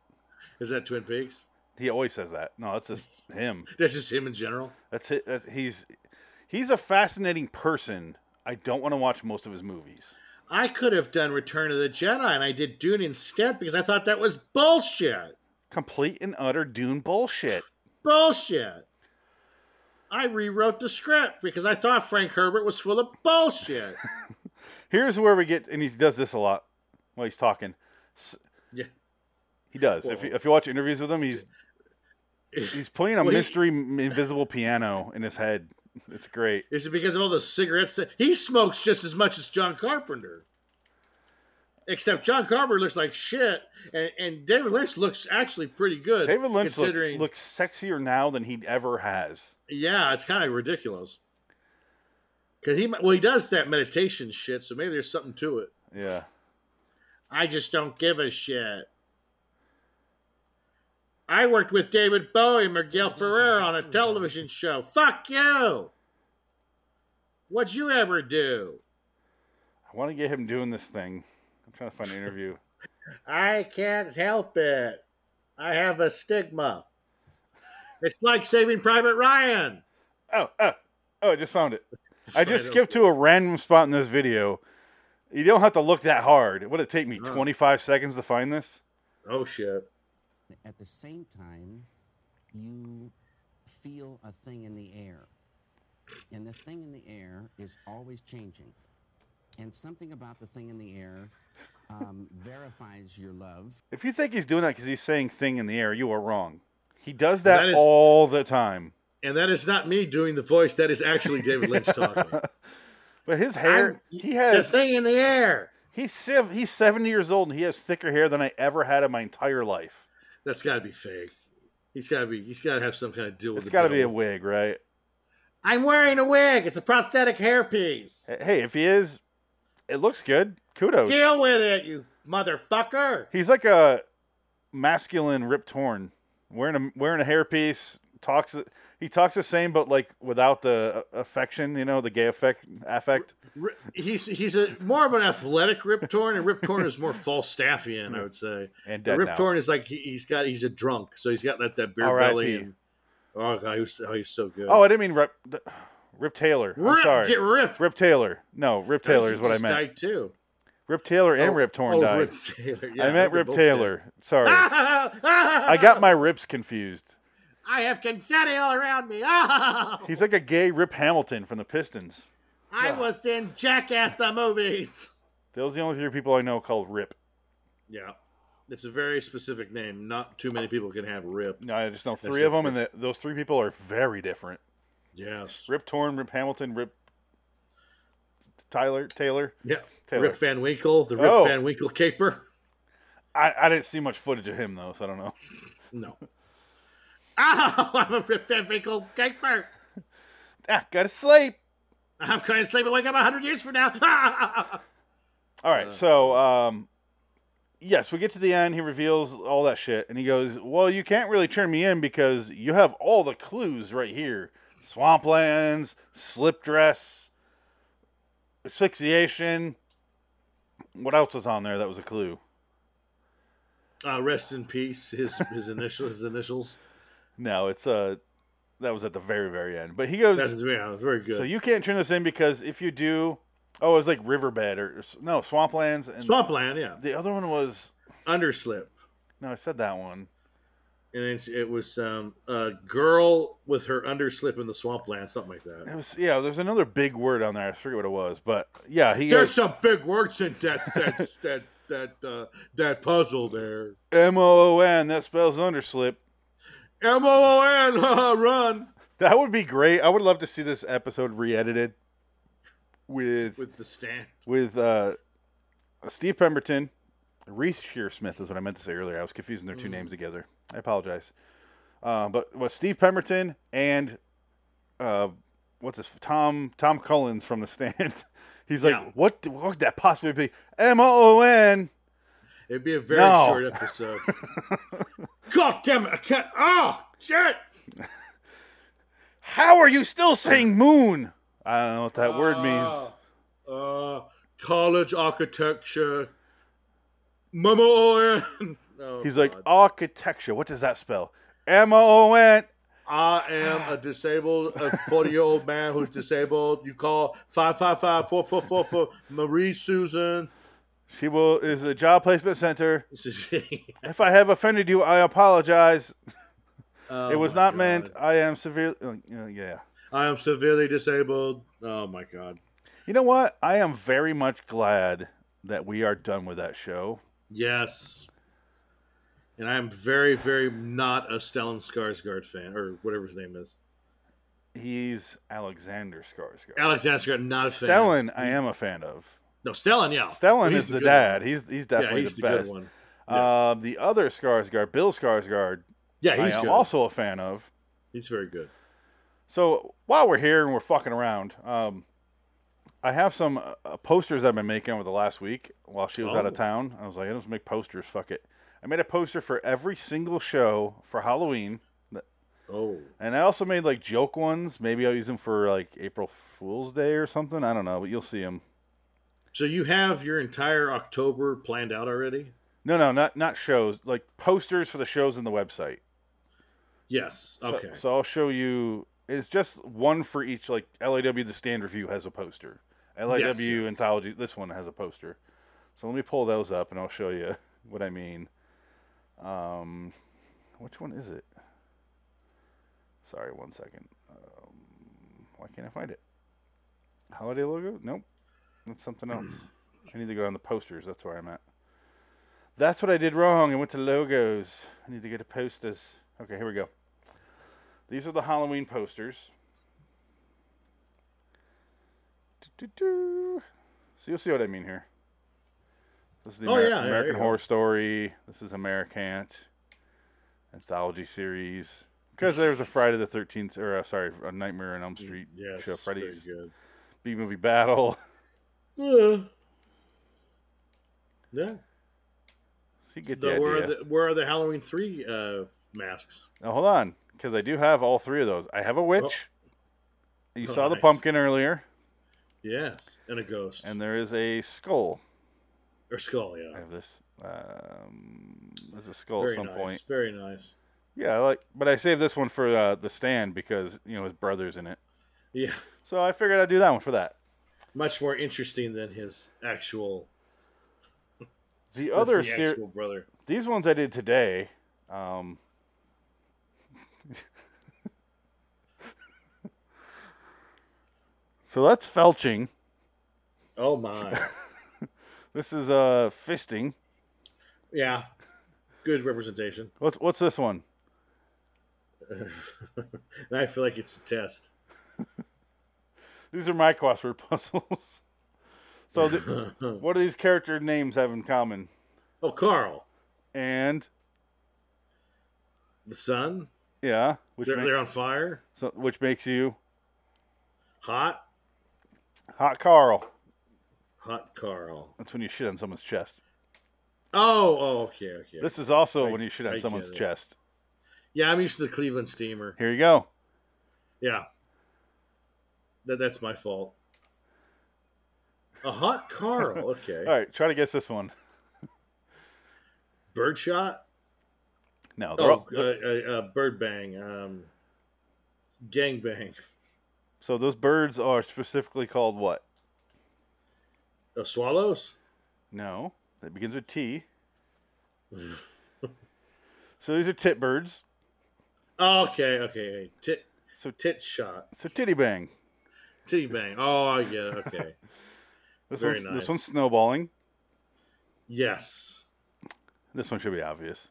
Is that Twin Peaks? He always says that. No, that's just him. That's just him in general. That's it. That's, he's he's a fascinating person. I don't want to watch most of his movies. I could have done Return of the Jedi and I did Dune instead because I thought that was bullshit. Complete and utter Dune bullshit. Bullshit. I rewrote the script because I thought Frank Herbert was full of bullshit. Here's where we get, and he does this a lot while he's talking. S- yeah. He does. If you, if you watch interviews with him, he's he's playing a Well, he- mystery m invisible piano in his head. It's great. Is it because of all the cigarettes? That, he smokes just as much as John Carpenter. Except John Carpenter looks like shit, and, and David Lynch looks actually pretty good. David Lynch looks, considering, looks sexier now than he ever has. yeah, it's kind of ridiculous. Cause he, well, he does that meditation shit, so maybe there's something to it. Yeah. I just don't give a shit. I worked with David Bowie and Miguel Ferrer on a television show. Fuck you! What'd you ever do? I want to get him doing this thing. I'm trying to find an interview. I can't help it. I have a stigma. It's like saving Private Ryan. Oh, oh, oh, I just found it. I just Right skipped to a random spot in this video. You don't have to look that hard. It would have taken me Uh-huh. 25 seconds to find this. Oh, shit. At the same time, you feel a thing in the air. And the thing in the air is always changing. And something about the thing in the air um, verifies your love. If you think he's doing that because he's saying thing in the air, you are wrong. He does that, That is- all the time. And that is not me doing the voice. That is actually David Lynch talking. But his hair, I'm- he the has, thing in the air. he's, sev- he's 70 years old and he has thicker hair than I ever had in my entire life. That's got to be fake. He's got to be. He's got to have some kind of deal with. It's the got to be a devil. wig, right? I'm wearing a wig. It's a prosthetic hairpiece. Hey, if he is, it looks good. Kudos. Deal with it, you motherfucker. He's like a masculine Rip Torn, wearing a wearing a hairpiece. Talks he talks the same, but like without the uh, affection, you know, the gay affect affect. R- He's he's a more of an athletic Rip Torn, and Rip Torn is more Falstaffian, I would say. And dead Rip now. Torn is like he, he's got he's a drunk, so he's got that that beer R.I.P.. belly. And, oh god, he was, oh, he's so good. Oh, I didn't mean Rip Rip Taylor. I'm Rip, sorry, get ripped. Rip Taylor. No, Rip Taylor is what I He meant. Died too. Rip Taylor and Rip Torn oh, died. Rip Taylor. Yeah, I they're meant Rip both Ah! Taylor. Sorry, dead. I I got my rips confused. I have confetti all around me. He's like a gay Rip Hamilton from the Pistons. I was in Jackass the movies. Those are the only three people I know called Rip. Yeah. It's a very specific name. Not too many people can have Rip. No, I just know three the of them, and the, those three people are very different. Yes. Rip Torn, Rip Hamilton, Rip Tyler Taylor. Yeah. Taylor. Rip Van Winkle, the Rip Oh. Van Winkle caper. I, I didn't see much footage of him though, so I don't know. No. Oh, I'm a Rip Van Winkle caper. Ah, gotta sleep. I'm going to sleep and wake up 100 years from now. All right, so um, yes, we get to the end. He reveals all that shit, and he goes, "Well, you can't really turn me in because you have all the clues right here: swamplands, slip dress, asphyxiation. What else was on there that was a clue? uh, rest in peace. His his initials. His initials. No, it's uh, that was at the very, very end. But he goes, That's yeah, very good. So you can't turn this in because if you do, oh, it was like riverbed or no swamplands, and Swampland, yeah. the other one was Underslip. no, I said that one. And it's, it was um, a girl with her underslip in the swampland, something like that. It was yeah. There's another big word on there. I forget what it was, but yeah, he There's goes some big words in that that that that uh, that puzzle there. M O O N. That spells underslip. M O O N, run That would be great. I would love to see this episode re-edited with with with, the stand. uh, Steve Pemberton, Reese Shearsmith is what I meant to say earlier. I was confusing their two names together. I apologize. Uh, but was Steve Pemberton and uh, what's his Tom Tom Collins from the stand? He's like, Yeah. what, the- what could that possibly be? M O O N. It'd be a very No. short episode. God damn it! I can't. Oh shit! How are you still saying moon? I don't know what that word means. Uh, college architecture. Memorial. Oh, He's like, God. architecture. What does that spell? M O N. I am a disabled, a 40 year old man who's disabled. You call 555 4444 Marie Susan. She will is the job placement center. If I have offended you, I apologize. Oh, it was my not God. meant. I am severely. Uh, yeah. I am severely disabled. Oh, my God. You know what? I am very much glad that we are done with that show. Yes. And I'm very, very not a Stellan Skarsgård fan, or whatever his name is. He's Alexander Skarsgård. Alexander Skarsgård, not a fan. Stellan, I am a fan of. No, Stellan, yeah. Stellan He's is the good dad. He's he's one. definitely yeah, he's the, the, best. good one. Um, the other Skarsgård, Bill Skarsgård, Yeah, I he's am good. also a fan of. he's very good. So while we're here and we're fucking around, um, I have some uh, posters I've been making over the last week while she was out of Oh. town. I was like, I just make posters. Fuck it. I made a poster for every single show for Halloween, Oh, and I also made like joke ones. Maybe I'll use them for like April Fool's Day or something. I don't know, but you'll see them. so you have your entire October planned out already? No, no, not not shows. Like posters for the shows on the website. Yes. So- Okay. So, I'll show you. It's just one for each. Like LAW, the stand review has a poster. LAW Yes, yes. Anthology, this one has a poster. So let me pull those up and I'll show you what I mean. Um, which one is it? Sorry, one second. Um, why can't I find it? Holiday logo? Nope. That's something else. I need to go on the posters. That's where I'm at. That's what I did wrong. I went to logos. I need to get to posters. Okay, here we go. These are the Halloween posters. Do-do-do. So you'll see what I mean here. This is the Oh, Ameri- yeah, yeah, there American you go. Horror Story. This is Americant anthology series. Because there was a Friday the Thirteenth, or uh, sorry, a Nightmare on Elm Street Mm, yes. show, very Freddy's good. B movie battle. Yeah. Yeah. So you get the, The, idea. where, are the, where are the Halloween 3 uh, masks? Now hold on, because I do have all three of those. I have a witch. You Oh, saw the nice. pumpkin earlier, Yes. And a ghost. and there is a skull. or skull, I yeah. have this. Um, there's a skull very at some nice. point. Very nice. Yeah, I like, but I saved this one for uh, the stand because you know his brother's in it. Yeah. So I figured I'd do that one for that. Much more interesting than his actual, The other the series. actual brother. these ones I did today. Um, so that's felching. Oh, my. This is uh fisting. yeah. Good representation. What's what's this one? And I feel like it's a test. These are my crossword puzzles. so th- what do these character names have in common? Oh, Carl. And The sun. yeah, which They're, ma- they're on fire. so, which makes you Hot. hot Carl. Hot Carl. That's when you shit on someone's chest. Oh, oh, okay, okay. This is also I- when you shit on I someone's get it. chest. yeah, I'm used to the Cleveland Steamer. Here you go. Yeah, that that's my fault. A hot Carl. Okay. All right, try to guess this one. Birdshot. No, they're Oh, all- uh, uh, uh, bird bang. Um, gang bang. So those birds are specifically called what? Uh, swallows. No, that begins with T. so these are tit birds. Oh, okay, okay. Tit So tit shot. so titty bang. Titty bang. Oh, I get it. Okay. This Very one's this nice. one's snowballing. yes. This one should be obvious.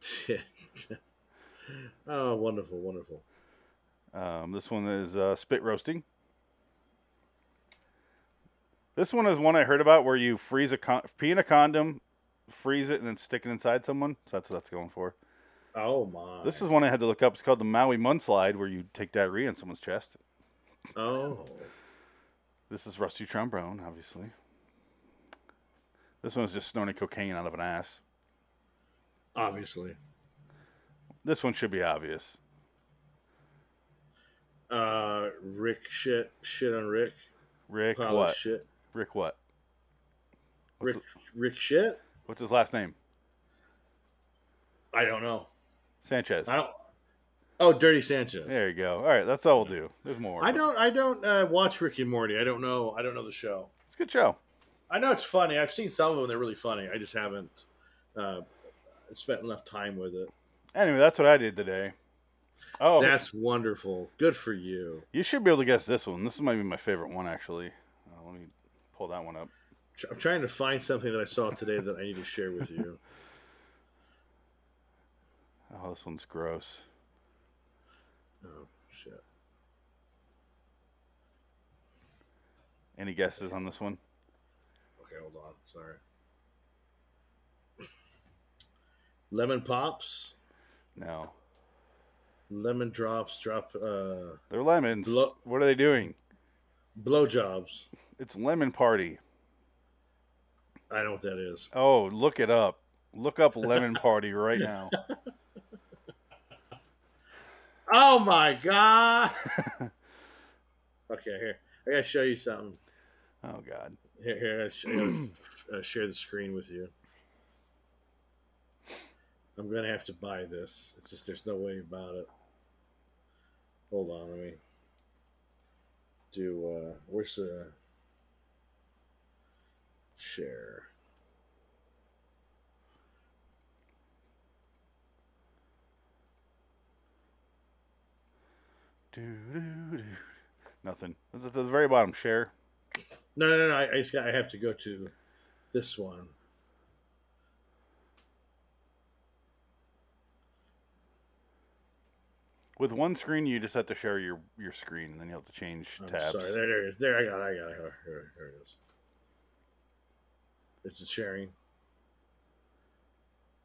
Tit. oh, wonderful, wonderful. Um, this one is uh, spit roasting. This one is one I heard about where you freeze a con- pee in a condom, freeze it, and then stick it inside someone. So that's what that's going for. Oh my. This is one I had to look up. It's called the Maui mudslide, where you take diarrhea in someone's chest. oh. This is Rusty Trombone, obviously. This one's just snorting cocaine out of an ass. obviously. This one should be obvious. Uh, Rick shit, shit on Rick, Rick pile what? of shit. Rick what? Rick, Rick shit. What's his last name? I don't know. Sanchez. I don't. Oh, Dirty Sanchez. There you go. All right, that's all we'll do. There's more. I but don't. I don't uh, watch Rick and Morty. I don't know. I don't know the show. It's a good show. I know it's funny. I've seen some of them. They're really funny. I just haven't uh, spent enough time with it. Anyway, that's what I did today. Oh, That's wonderful. Good for you. you should be able to guess this one. This might be my favorite one actually. Uh, let me pull that one up. Tr- I'm trying to find something that I saw today that I need to share with you. Oh, this one's gross. Oh shit. Any guesses on this one? Okay, hold on. Sorry. Lemon pops, No. lemon drops, drop uh, They're lemons. Lo- what are they doing? blowjobs. It's lemon party. I know what that is. Oh, look it up. Look up lemon party right now. Oh my god. okay, here. I gotta show you something. Oh God. Here, here. I gotta sh- I gotta f- uh, share the screen with you. I'm gonna have to buy this. It's just there's no way about it. Hold on, let me do. Uh, where's the share? Doo, doo, doo. Nothing. It's at the very bottom. Share. No, no, no. I, I just got. I have to go to this one. With one screen, you just have to share your, your screen, and then you have to change I'm tabs. sorry. There, there it is. There, I got it. I got it. Here, here, here it is. It's a sharing.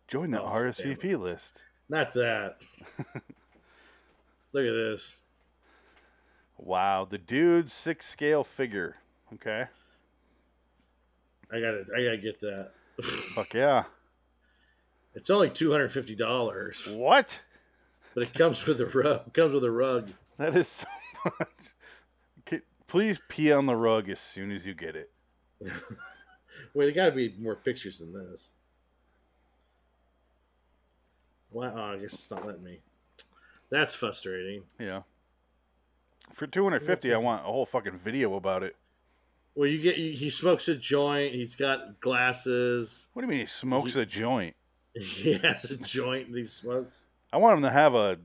Join the Oh, RSVP list. Not that. Look at this. Wow, the dude's six scale figure. Okay. I got to I got to get that. Fuck yeah. It's only two hundred fifty dollars, What? but it comes with a rug. Comes with a rug. That is so much. Ki- Please pee on the rug as soon as you get it. Wait, there got to be more pictures than this. Why? Oh, I guess it's not letting me. That's frustrating. Yeah. For 250, I want a whole fucking video about it. Well, you get he he smokes a joint. He's got glasses. What do you mean he smokes a joint? He has a joint. And he smokes. I want him to have a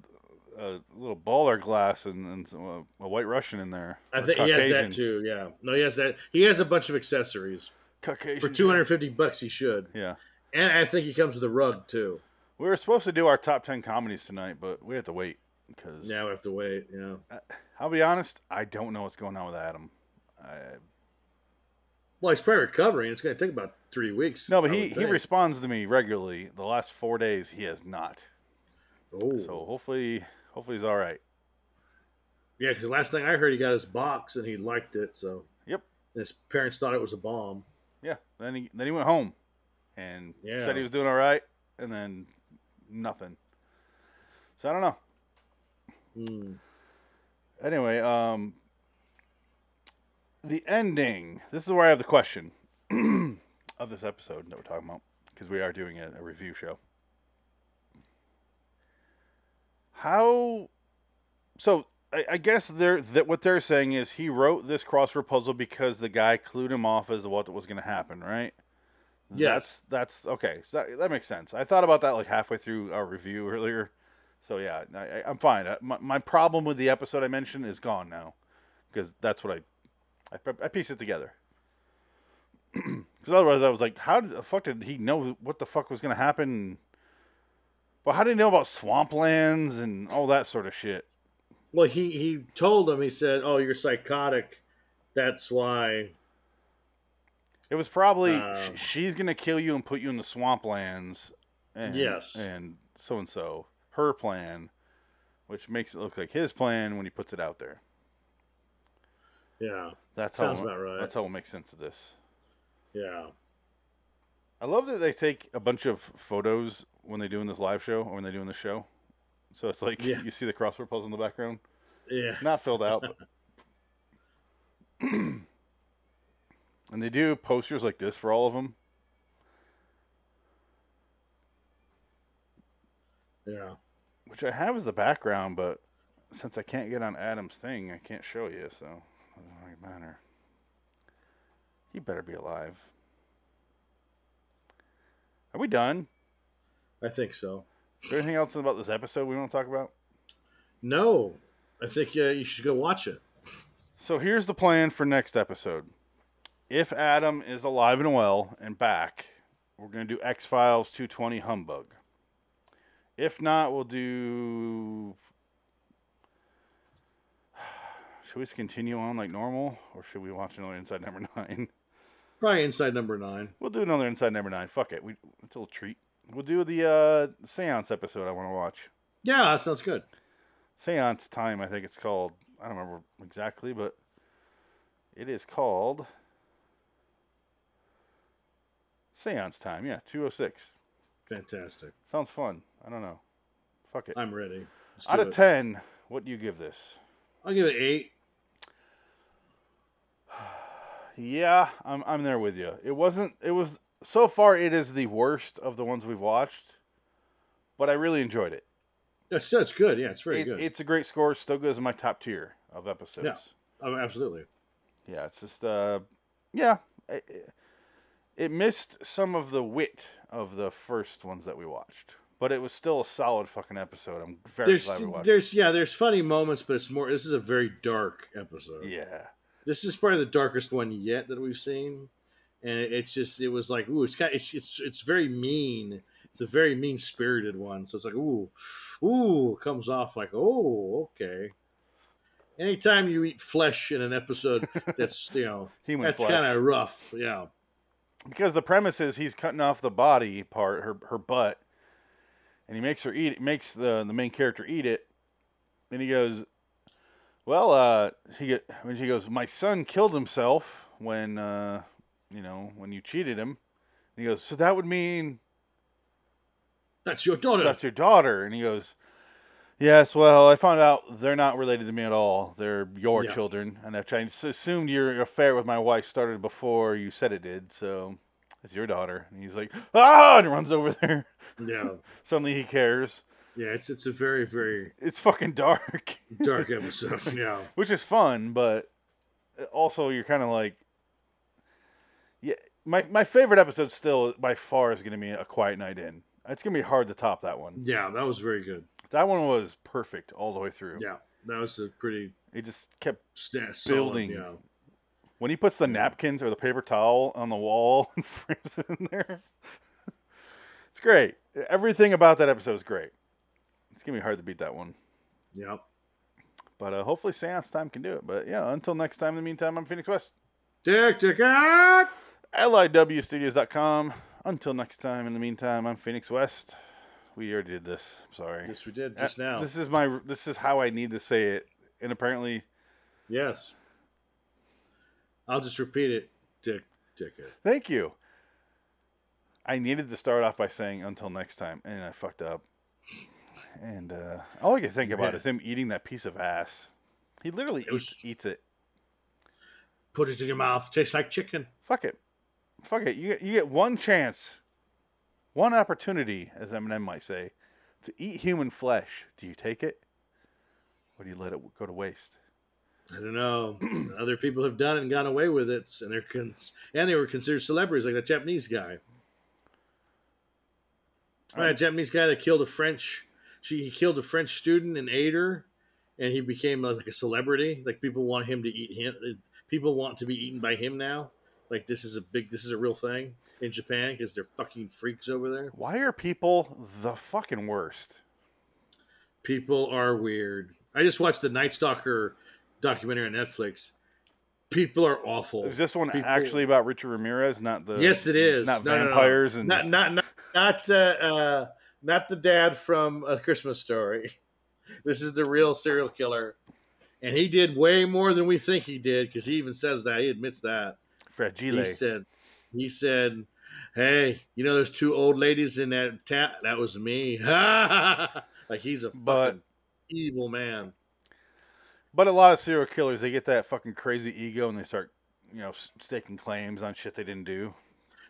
a little baller glass and, and some, uh, a white Russian in there. I Or think he has Caucasian. that too. Yeah. No, he has that. He has a bunch of accessories Caucasian for two hundred fifty bucks. He should, Yeah. and I think he comes with a rug too. We were supposed to do our top 10 comedies tonight, but we have to wait because Now we have to wait. You know. I'll be honest, I don't know what's going on with Adam. I, Well, he's probably recovering. It's going to take about three weeks. no, but I he, would he think. responds to me regularly. The last four days, he has not. oh. So hopefully, hopefully he's all right. yeah, because last thing I heard, he got his box and he liked it. So Yep. and his parents thought it was a bomb. Yeah. Then he then he went home, and Yeah. said he was doing all right, and then nothing. So I don't know. Hmm. Anyway, um, the ending. This is where I have the question of this episode that we're talking about because we are doing a, a review show. How? So I, I guess they're that what they're saying is he wrote this crossword puzzle because the guy clued him off as to what was going to happen, right? Yes. That's that's okay. So that, that makes sense. I thought about that like halfway through our review earlier. So yeah, I, I- I'm fine. Uh, My, my problem with the episode I mentioned is gone now, because that's what I, I, pe- I pieced it together. Because otherwise, I was like, how did the fuck did he know what the fuck was gonna happen? Well, how did he know about swamplands and all that sort of shit? Well, he he told him. He said, "Oh, you're psychotic. That's why." It was probably Um, sh- she's gonna kill you and put you in the swamplands. And, Yes. and so and so her plan, which makes it look like his plan when he puts it out there. Yeah. That's Sounds how about right. That's how we'll make sense of this. Yeah. I love that they take a bunch of photos when they're doing this live show or when they're doing this show. So it's like Yeah. you see the crossword puzzle in the background, Yeah. not filled out. But... And they do posters like this for all of them. Yeah. which I have as the background, but since I can't get on Adam's thing, I can't show you, so it doesn't really matter. He better be alive. Are we done? I think so. Is there anything else about this episode we want to talk about? No, I think uh, you should go watch it. So here's the plan for next episode. If Adam is alive and well and back, we're going to do X Files 220 Humbug. If not, we'll do. Should we just continue on like normal, or should we watch another Inside Number Nine? Probably inside number nine. We'll do another Inside Number Nine. Fuck it, we it's a little treat. We'll do the uh, seance episode. I want to watch Yeah, that sounds good. seance time. I think it's called. I don't remember exactly, but it is called seance time. Yeah, two oh six. Fantastic. Sounds fun. I don't know. Fuck it. I'm ready. Let's Out do of it. ten, what do you give this? I'll give it eight. Yeah, I'm I'm there with you. It wasn't. It was so far. It is the worst of the ones we've watched, but I really enjoyed it. That's that's good. Yeah, it's very It- good. It's a great score. Still goes in my top tier of episodes. Yeah. oh, absolutely. Yeah, it's just uh, yeah, it, it- it missed some of the wit of the first ones that we watched, but it was still a solid fucking episode. I'm very There's glad we watched. it. there's yeah there's funny moments, but it's more. This is a very dark episode. Yeah, This is probably the darkest one yet that we've seen, and it- it's just it was like ooh it's kind of, it's it's it's very mean. It's a very mean spirited one. So it's like ooh ooh comes off like oh okay. Anytime you eat flesh in an episode, that's you know Human that's flesh. kind of rough. Yeah, because the premise is he's cutting off the body part, her her butt, and he makes her eat. Makes the the main character eat it, and he goes, "Well, uh, he get when she goes, my son killed himself when uh, you know when you cheated him." And he goes, "So that would mean that's your daughter. that's your daughter?" And he goes. Yes, well, I found out they're not related to me at all. They're your Yeah. children, and I've tried, assumed your affair with my wife started before you said it did. So, it's your daughter. And he's like, ah, and runs over there. yeah, Suddenly he cares. yeah. It's it's a very very It's fucking dark, dark episode. Yeah. which is fun, but also you're kind of like, yeah. My my favorite episode still by far is going to be a Quiet Night In. It's going to be hard to top that one. Yeah, that was very good. That one was perfect all the way through. Yeah, that was a pretty It just kept sta- Solid, Building. yeah. when he puts the napkins or the paper towel on the wall and frames it in there. it's great. Everything about that episode is great. It's going to be hard to beat that one. Yep. But uh, hopefully, Seance Time can do it. But yeah, until next time, in the meantime, I'm Phoenix West. Tick tick tick. LIWstudios.com. Until next time, in the meantime, I'm Phoenix West. We already did this. I'm sorry. Yes, we did just Uh, now. This is my. This is how I need to say it. And apparently, yes. I'll just repeat it. Tick tick it. thank you. I needed to start off by saying until next time, and I fucked up. And uh, all I can think about is him eating that piece of ass. He literally It was- eats, eats it. Put it in your mouth. Tastes like chicken. Fuck it. Fuck it. You get, you get one chance, one opportunity, as Eminem might say, to eat human flesh. Do you take it? Or do you let it go to waste? I don't know. Other people have done it and gone away with it, and they're con- and they were considered celebrities, like that Japanese guy. All right, Japanese guy that killed a French. She he killed a French student and ate her, and he became uh, like a celebrity. Like people want him to eat him. uh, People want to be eaten by him now. Like this is a big, this is a real thing in Japan because they're fucking freaks over there. Why are people the fucking worst? People are weird. I just watched the Night Stalker documentary on Netflix. People are awful. Is this one People- actually about Richard Ramirez, not the. Yes, it is. Not No, no, no. vampires and. Not not not not uh, uh, not the dad from A Christmas Story. This is the real serial killer, and he did way more than we think he did because he even says that he admits that. Fragile. He said, he said, "Hey, you know those two old ladies in that tent? That was me." like he's a fucking But- evil man. But a lot of serial killers, they get that fucking crazy ego and they start you know s- staking claims on shit they didn't do.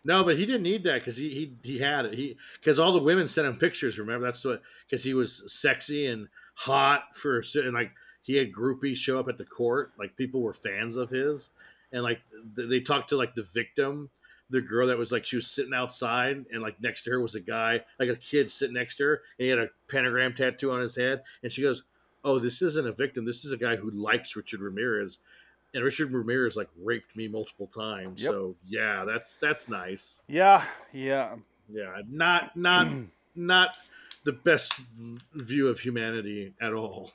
No, but he didn't need that because he, he he had it. He because all the women sent him pictures. Remember that's what because he was sexy and hot for a cer- and like he had groupies show up at the court. Like people were fans of his, and like th- they talked to like the victim, the girl that was like she was sitting outside, and like next to her was a guy, like a kid sitting next to her, and he had a pentagram tattoo on his head, and she goes, "Oh, this isn't a victim. This is a guy who likes Richard Ramirez." And Richard Ramirez like raped me multiple times. Yep. So yeah, that's that's nice. Yeah, yeah. Yeah, not not not the best view of humanity at all.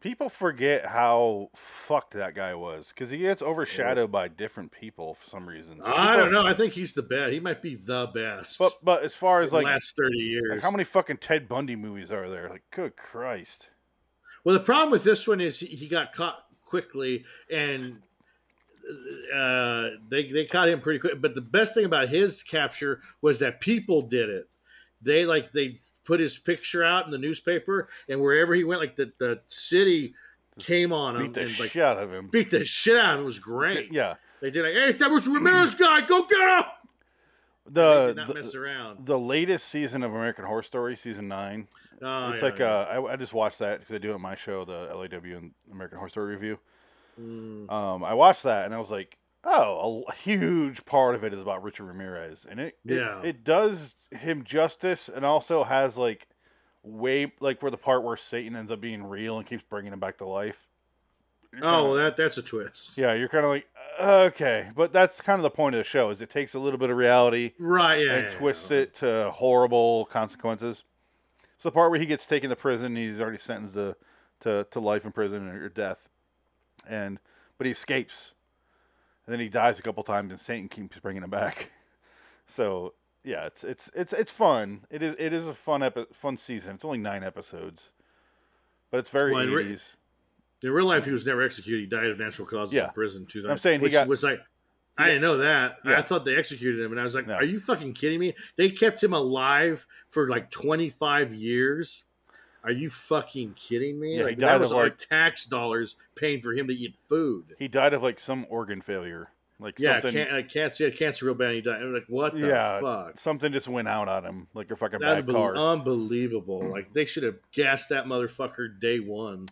People forget how fucked that guy was because he gets overshadowed by different people for some reason. So I people- don't know. I think he's the best. He might be the best. But but as far in as the like, last thirty like, years. how many fucking Ted Bundy movies are there? Like, good Christ. Well, the problem with this one is he- he got caught quickly, and uh, they they caught him pretty quick. But the best thing about his capture was that people did it. They like they put his picture out in the newspaper, and wherever he went, like the the city came on him Beat the Um, and like shit out of him. beat the shit out of him. It was great. Yeah. They did like, hey, that was Ramirez guy. Go get him. They Uh, The, did not the- mess around. the latest season of American Horror Story, season nine. Oh, it's yeah, like yeah. uh, I, I just watched that because I do it on my show, the LAW and American Horror Story review. Mm. Um, I watched that and I was like, oh, a l- huge part of it is about Richard Ramirez, and it, it- Yeah. it does him justice and also has like way like where the part where Satan ends up being real and keeps bringing him back to life. oh, well, that that's a twist. Yeah, you're kind of like "Uh, okay, but that's kind of the point of the show is it takes a little bit of reality Right? Yeah. and yeah, twists yeah. it to horrible consequences. So the part where he gets taken to prison, he's already sentenced to, to, to life in prison or death, and but he escapes, and then he dies a couple times, and Satan keeps bringing him back. So yeah, it's it's it's it's fun. It is it is a fun epi- fun season. It's only nine episodes, but it's very Well, and re- 80s. In real life, he was never executed. He died of natural causes Yeah. in prison. Two times. I'm saying he which got- was like, I didn't know that. Yeah. I thought they executed him, and I was like, No. "Are you fucking kidding me? They kept him alive for like 25 years. Are you fucking kidding me? Yeah, he like, died that was of, our like- tax dollars paying for him to eat food. He died of like some organ failure, like Yeah, something. can, like cancer. He had cancer real bad. And he died. I'm like, what the yeah, fuck? something just went out on him, like your fucking That'd bad be car. unbelievable. Like they should have gassed that motherfucker day one.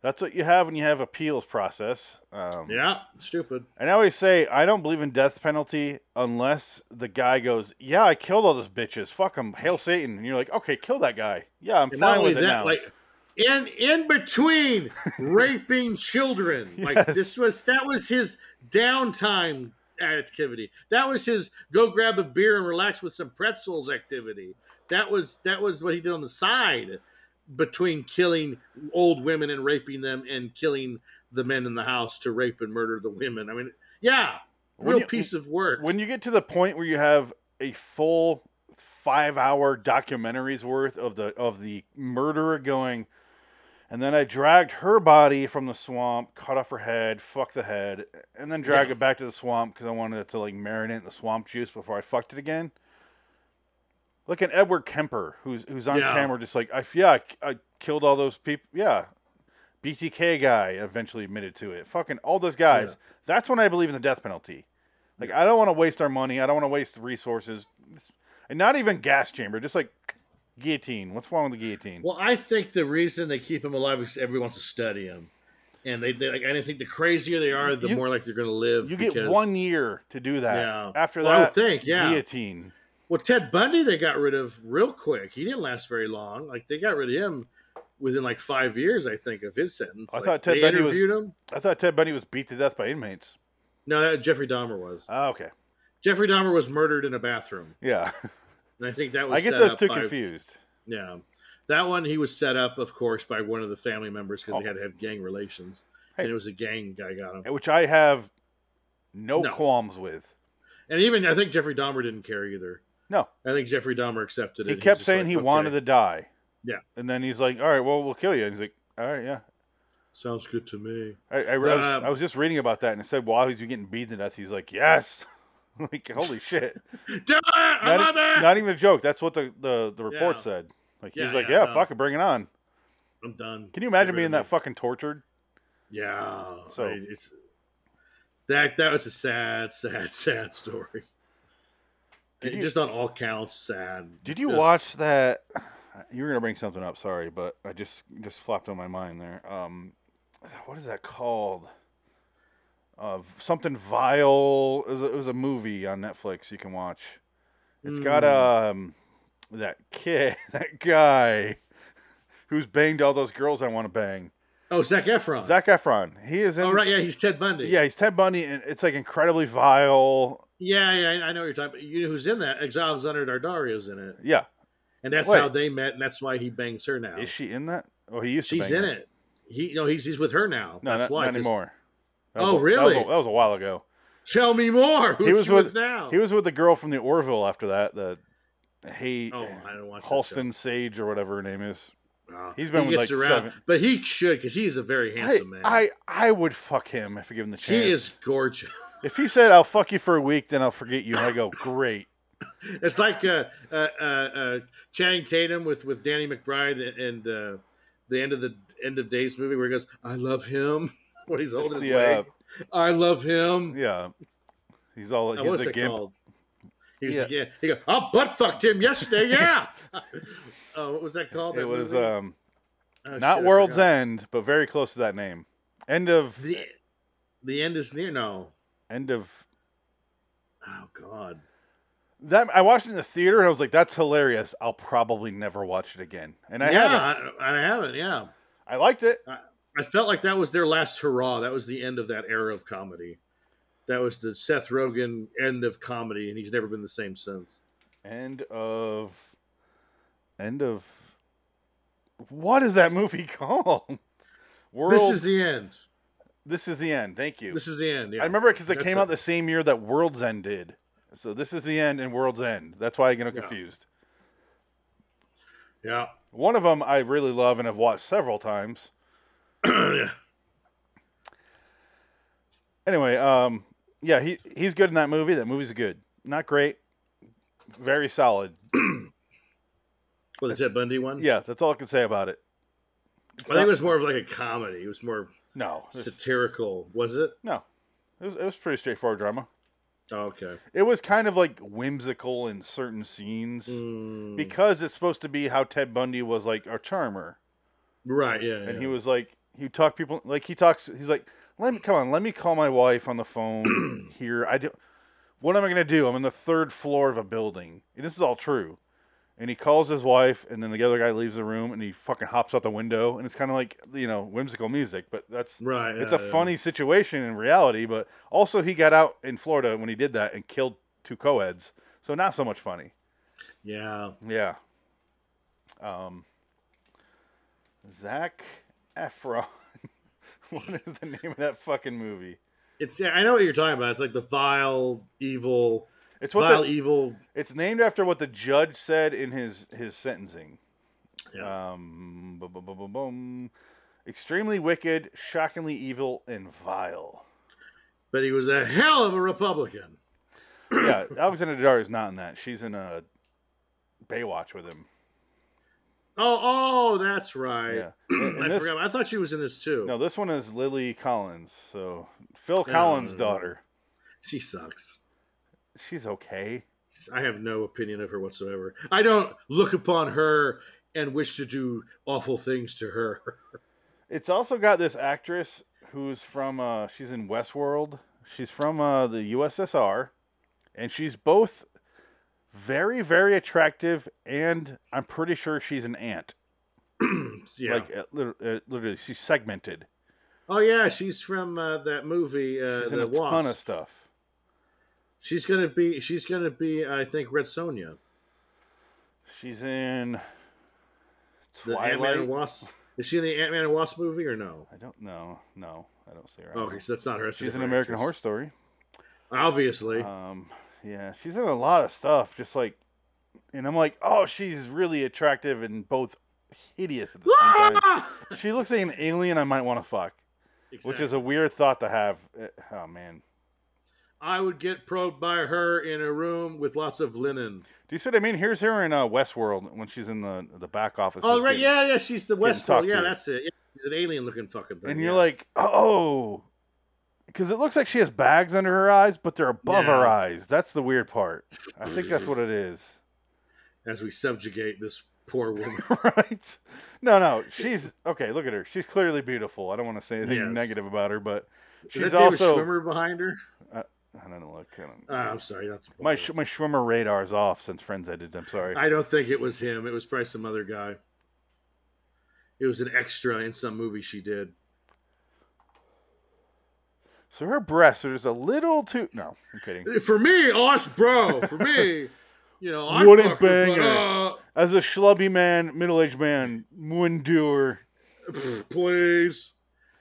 That's what you have when you have appeals process. Um, Yeah, stupid. And I always say I don't believe in death penalty unless the guy goes, "Yeah, I killed all those bitches. Fuck them. Hail Satan." And you're like, "Okay, kill that guy. Yeah, I'm And not fine only with it that, now." like in in between raping children, like Yes. this was that was his downtime activity. That was his go grab a beer and relax with some pretzels activity. That was that was what he did on the side between killing old women and raping them and killing the men in the house to rape and murder the women. I mean, yeah, When real you- piece of work. when you get to the point where you have a full five-hour documentary's worth of the of the murderer going, and then I dragged her body from the swamp, cut off her head, fuck the head, and then dragged Yeah. it back to the swamp because I wanted it to like marinate in the swamp juice before I fucked it again. Look at Edward Kemper, who's who's on Yeah. camera, just like I f- yeah, I, I killed all those people. Yeah, BTK guy eventually admitted to it. Fucking all those guys. Yeah. That's when I believe in the death penalty. Like I don't want to waste our money. I don't want to waste resources, and not even gas chamber. Just like guillotine. What's wrong with the guillotine? Well, I think the reason they keep him alive is everyone wants to study him, and they, they like. And I think the crazier they are, the You- more like they're going to live. You get because- one year to do that. Yeah. After Well, I would that, think, yeah. guillotine. Well, Ted Bundy they got rid of real quick. He didn't last very long. Like they got rid of him within like five years, I think, of his sentence. I Like, thought Ted they Bundy was- interviewed him. I thought Ted Bundy was beat to death by inmates. No, that Jeffrey Dahmer was. Oh, okay. Jeffrey Dahmer was murdered in a bathroom, Yeah. and I think that was. I get set those up two by- confused. Yeah, that one he was set up, of course, by one of the family members because they had to have gang relations, Oh. Hey. and it was a gang guy got him. Which I have no, No. qualms with. And even I think Jeffrey Dahmer didn't care either. No. I think Jeffrey Dahmer accepted it. He was kept just saying like, he "Okay, wanted to die. Yeah. And then he's like, all right, well, we'll kill you. And he's like, all right, yeah. Sounds good to me. I, I, I was, Um, I was just reading about that and it said while he's getting beaten to death, he's like, yes. like, holy shit. Do it! I Not, love e- it! not even a joke. That's what the, the, the report Yeah. said. Like, Yeah, he's like, yeah, yeah, no. fuck it, bring it on. I'm done. Can you Get imagine rid being of that me. fucking tortured? yeah. So- I- it's That that was a sad, sad, sad story. Did you- Just on all counts, sad. Did you Yeah. watch that? You were gonna bring something up. Sorry, but I just just flopped on my mind there. Um, what is that called? Uh, something vile. It was, a, it was a movie on Netflix. You can watch. It's got Hmm. um that kid, that guy, who's banged all those girls I want to bang. Oh, Zach Efron. Zac Efron. He is in. Oh, right. Yeah, he's Ted Bundy. Yeah, he's Ted Bundy, and it's like incredibly vile. Yeah, yeah. I- I know what you're talking about. You know who's in that? Alexander Dardario's in it. Yeah, And that's Wait. how they met, and that's why he bangs her now. is she in that? Oh, he used to. She's bang in her. it. He, no, he's he's with her now. No, that's not, why. not 'cause- anymore. That Oh, was a- that was a- really? that was a while ago. Tell me more. Who's he was with, now? he was with the girl from the Orville after that. The hey Oh, I don't watch. that show. Halston Sage or whatever her name is. Oh, He's been he with, gets like, around, seven- but he should because he's a very I, handsome man. I I would fuck him if I give him the chance. he is gorgeous. If he said I'll fuck you for a week, then I'll forget you, and I go great. It's like uh, uh, uh, uh, Channing Tatum with, with Danny McBride and uh, the end of the end of days movie where he goes, "I love him" when he's holding It's his the, uh, leg. I love him. Yeah, he's all Uh, he's what's the that gimp. called? He was Yeah. yeah. He goes, "I butt fucked him yesterday." Yeah. uh, what was that called? It that was movie? um Oh, not shit, I World's forgot. End, but very close to that name. End of The the end is near. No. end of Oh God. that. I watched it in the theater and I was like, "That's hilarious." I'll probably never watch it again, and I yeah, haven't. I, I haven't. Yeah. I liked it. I felt like that was their last hurrah. That was the end of that era of comedy. That was the Seth Rogen end of comedy, and he's never been the same since. End of. End of. What is that movie called? World. This is the end. This is the end. Thank you. This is the end. Yeah. I remember it because it That's came it. out the same year that World's End did. So this is the end and World's End. That's why I get Yeah. confused. Yeah. One of them I really love and have watched several times. yeah. Anyway, um, yeah, he he's good in that movie. That movie's good. Not great. Very solid. Well, the Ted Bundy one. Yeah, that's all I can say about it. It's Hmm. I think not- it was more of like a comedy. It was more no, it's- satirical. Was it? no. It was, it was pretty straightforward drama. Oh, okay. it was kind of like whimsical in certain scenes Mm, because it's supposed to be how Ted Bundy was like a charmer, right. Yeah. and yeah. he was like he talked people like he talks. He's like, let me come on, let me call my wife on the phone here. I do. What am I gonna do? I'm on the third floor of a building, and this is all true. And he calls his wife, and then the other guy leaves the room, and he fucking hops out the window, and it's kind of like you know whimsical music, but that's right. it's yeah, a yeah. funny situation in reality, but also he got out in Florida when he did that and killed two co-eds. So not so much funny. Yeah. Yeah. Um Zach Efron. what is the name of that fucking movie? It's. Yeah, I know what you're talking about. It's like the vile, evil, It's what vile, the, evil. it's named after what the judge said in his his sentencing. Yeah. Um bu- bu- bu- bu- bum. Extremely wicked, shockingly evil, and vile. but he was a hell of a Republican. yeah, Alexander Daddario is not in that. She's in a Baywatch with him. Oh, oh, that's right. Yeah, And- and I this- forgot. I thought she was in this too. No, this one is Lily Collins. So Phil Yeah. Collins' daughter. She sucks. She's okay. She's- I have no opinion of her whatsoever. I don't look upon her and wish to do awful things to her. It's also got this actress who's from. Uh, she's in Westworld. She's from uh, the USSR, and she's both very, very attractive, and I'm pretty sure she's an ant. yeah. Like uh, lit- uh, literally, she's segmented. oh yeah, she's from uh, that movie, uh, She's in The a Wasp. ton of stuff. She's gonna be. She's gonna be. I think Red Sonja, She's in the Ant Man Twilight. and Wasp. Is she in the Ant Man and Wasp movie or no? I don't know. No, I don't see her. Oh, okay, so that's not her. That's a she's an different American actress. Horror Story. Obviously, Um, yeah, she's in a lot of stuff. Just like, and I'm like, oh, she's really attractive and both hideous at the same time. Ah! She looks like an alien I might want to fuck, which is a weird thought to have. Eh, Oh man, I would get probed by her in a room with lots of linen. do you see what I mean? Here's her in uh, Westworld when she's in the the back office. oh just right, getting- yeah, yeah, she's the talked Westworld. to. Yeah, that's it. Yeah, she's an alien looking fucking thing. And you're yeah. like, oh, because it looks like she has bags under her eyes, but they're above her Yeah. eyes. That's the weird part. I think that's what it is. as we subjugate this poor woman. right? No, no. She's okay. Look at her. She's clearly beautiful. I don't want to say anything Yes. negative about her, but Is she's that David also. Schwimmer behind her? I don't know. Like, kind of, Uh, I'm sorry. That's my sh- my Schwimmer radar's off since Friends ended. I'm sorry. I don't think it was him. It was probably some other guy. It was an extra in some movie she did. so her breasts are just a little too. No, I'm kidding. For me, us bro. For me, you know, I Wouldn't fuck her, bang but, her. uh, As a schlubby man, middle aged man, endure. pff, please.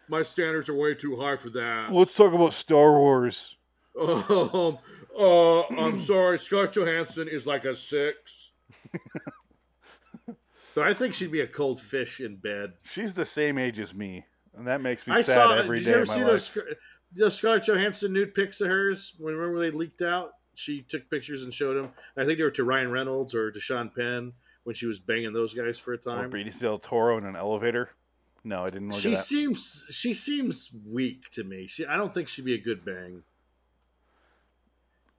My standards are way too high for that. Let's talk about Star Wars. Um, uh, I'm sorry, Scott Johansson is like a six. but I think she'd be a cold fish in bed. She's the same age as me, and that makes me I sad saw. every did day you ever of my see life. those, Scar- those Scarlett Johansson nude pics of hers? When remember they leaked out, she took pictures and showed them. I think they were to Ryan Reynolds or to Sean Penn when she was banging those guys for a Or time. Benicio del Toro in an elevator. No, I didn't look She at that. seems she seems weak to me. She I don't think she'd be a good bang.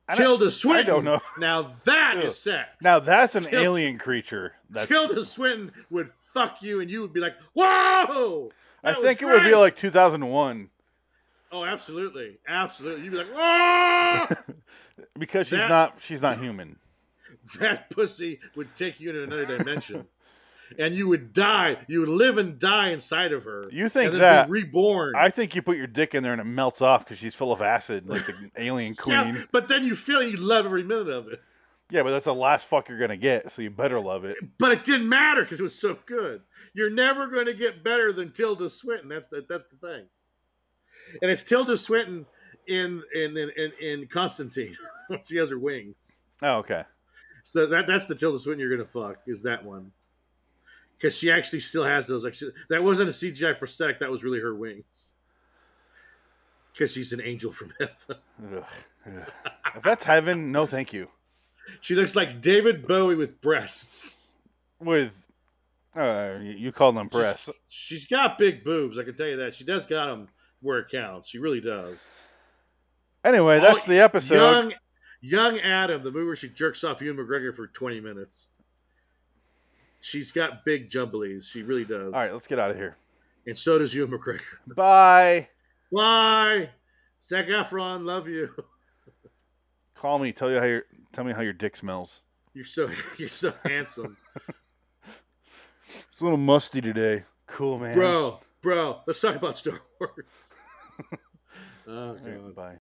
I don't- Tilda Swinton. know. Now that is Ugh. sex. Now that's an Til- alien creature. That's, Tilda Swinton would fuck you, and you would be like, "Whoa!" I that was think it would be great." like 2001 "Oh, absolutely, absolutely." You'd be like, "Whoa!" because she's That- not she's not human. that pussy would take you into another dimension. And you would die. You would live and die inside of her. You think and then that- be reborn? I think you put your dick in there and it melts off because she's full of acid, like the alien yeah, queen. Yeah. but then you feel you love every minute of it. but that's the last fuck you're gonna get, so you better love it. But it didn't matter because it was so good. You're never going to get better than Tilda Swinton. That's the that's the thing. And it's Tilda Swinton in in in in, in Constantine. she has her wings. Oh, okay. So that that's the Tilda Swinton you're gonna fuck is that one, because she actually still has those. Actually, that wasn't a CGI prosthetic. That was really her wings, because she's an angel from heaven. Ugh. Ugh. if that's heaven, no, thank you. She looks like David Bowie with breasts. With uh, you- you call them breasts. She's got big boobs. I can tell you that. She does got them where it counts. She really does. Anyway, that's Oh, the episode. Young, young Adam, the movie where she jerks off Ewan McGregor for twenty minutes. She's got big jumblies. She really does. All right, let's get out of here. And so does Ewan McGregor. Bye. Why? Zac Efron, love you. Call me. Tell you how your tell me how your dick smells. You're so you're so handsome, It's a little musty today. Cool, man. bro, bro. Let's talk about Star Wars. oh All right, god. Bye.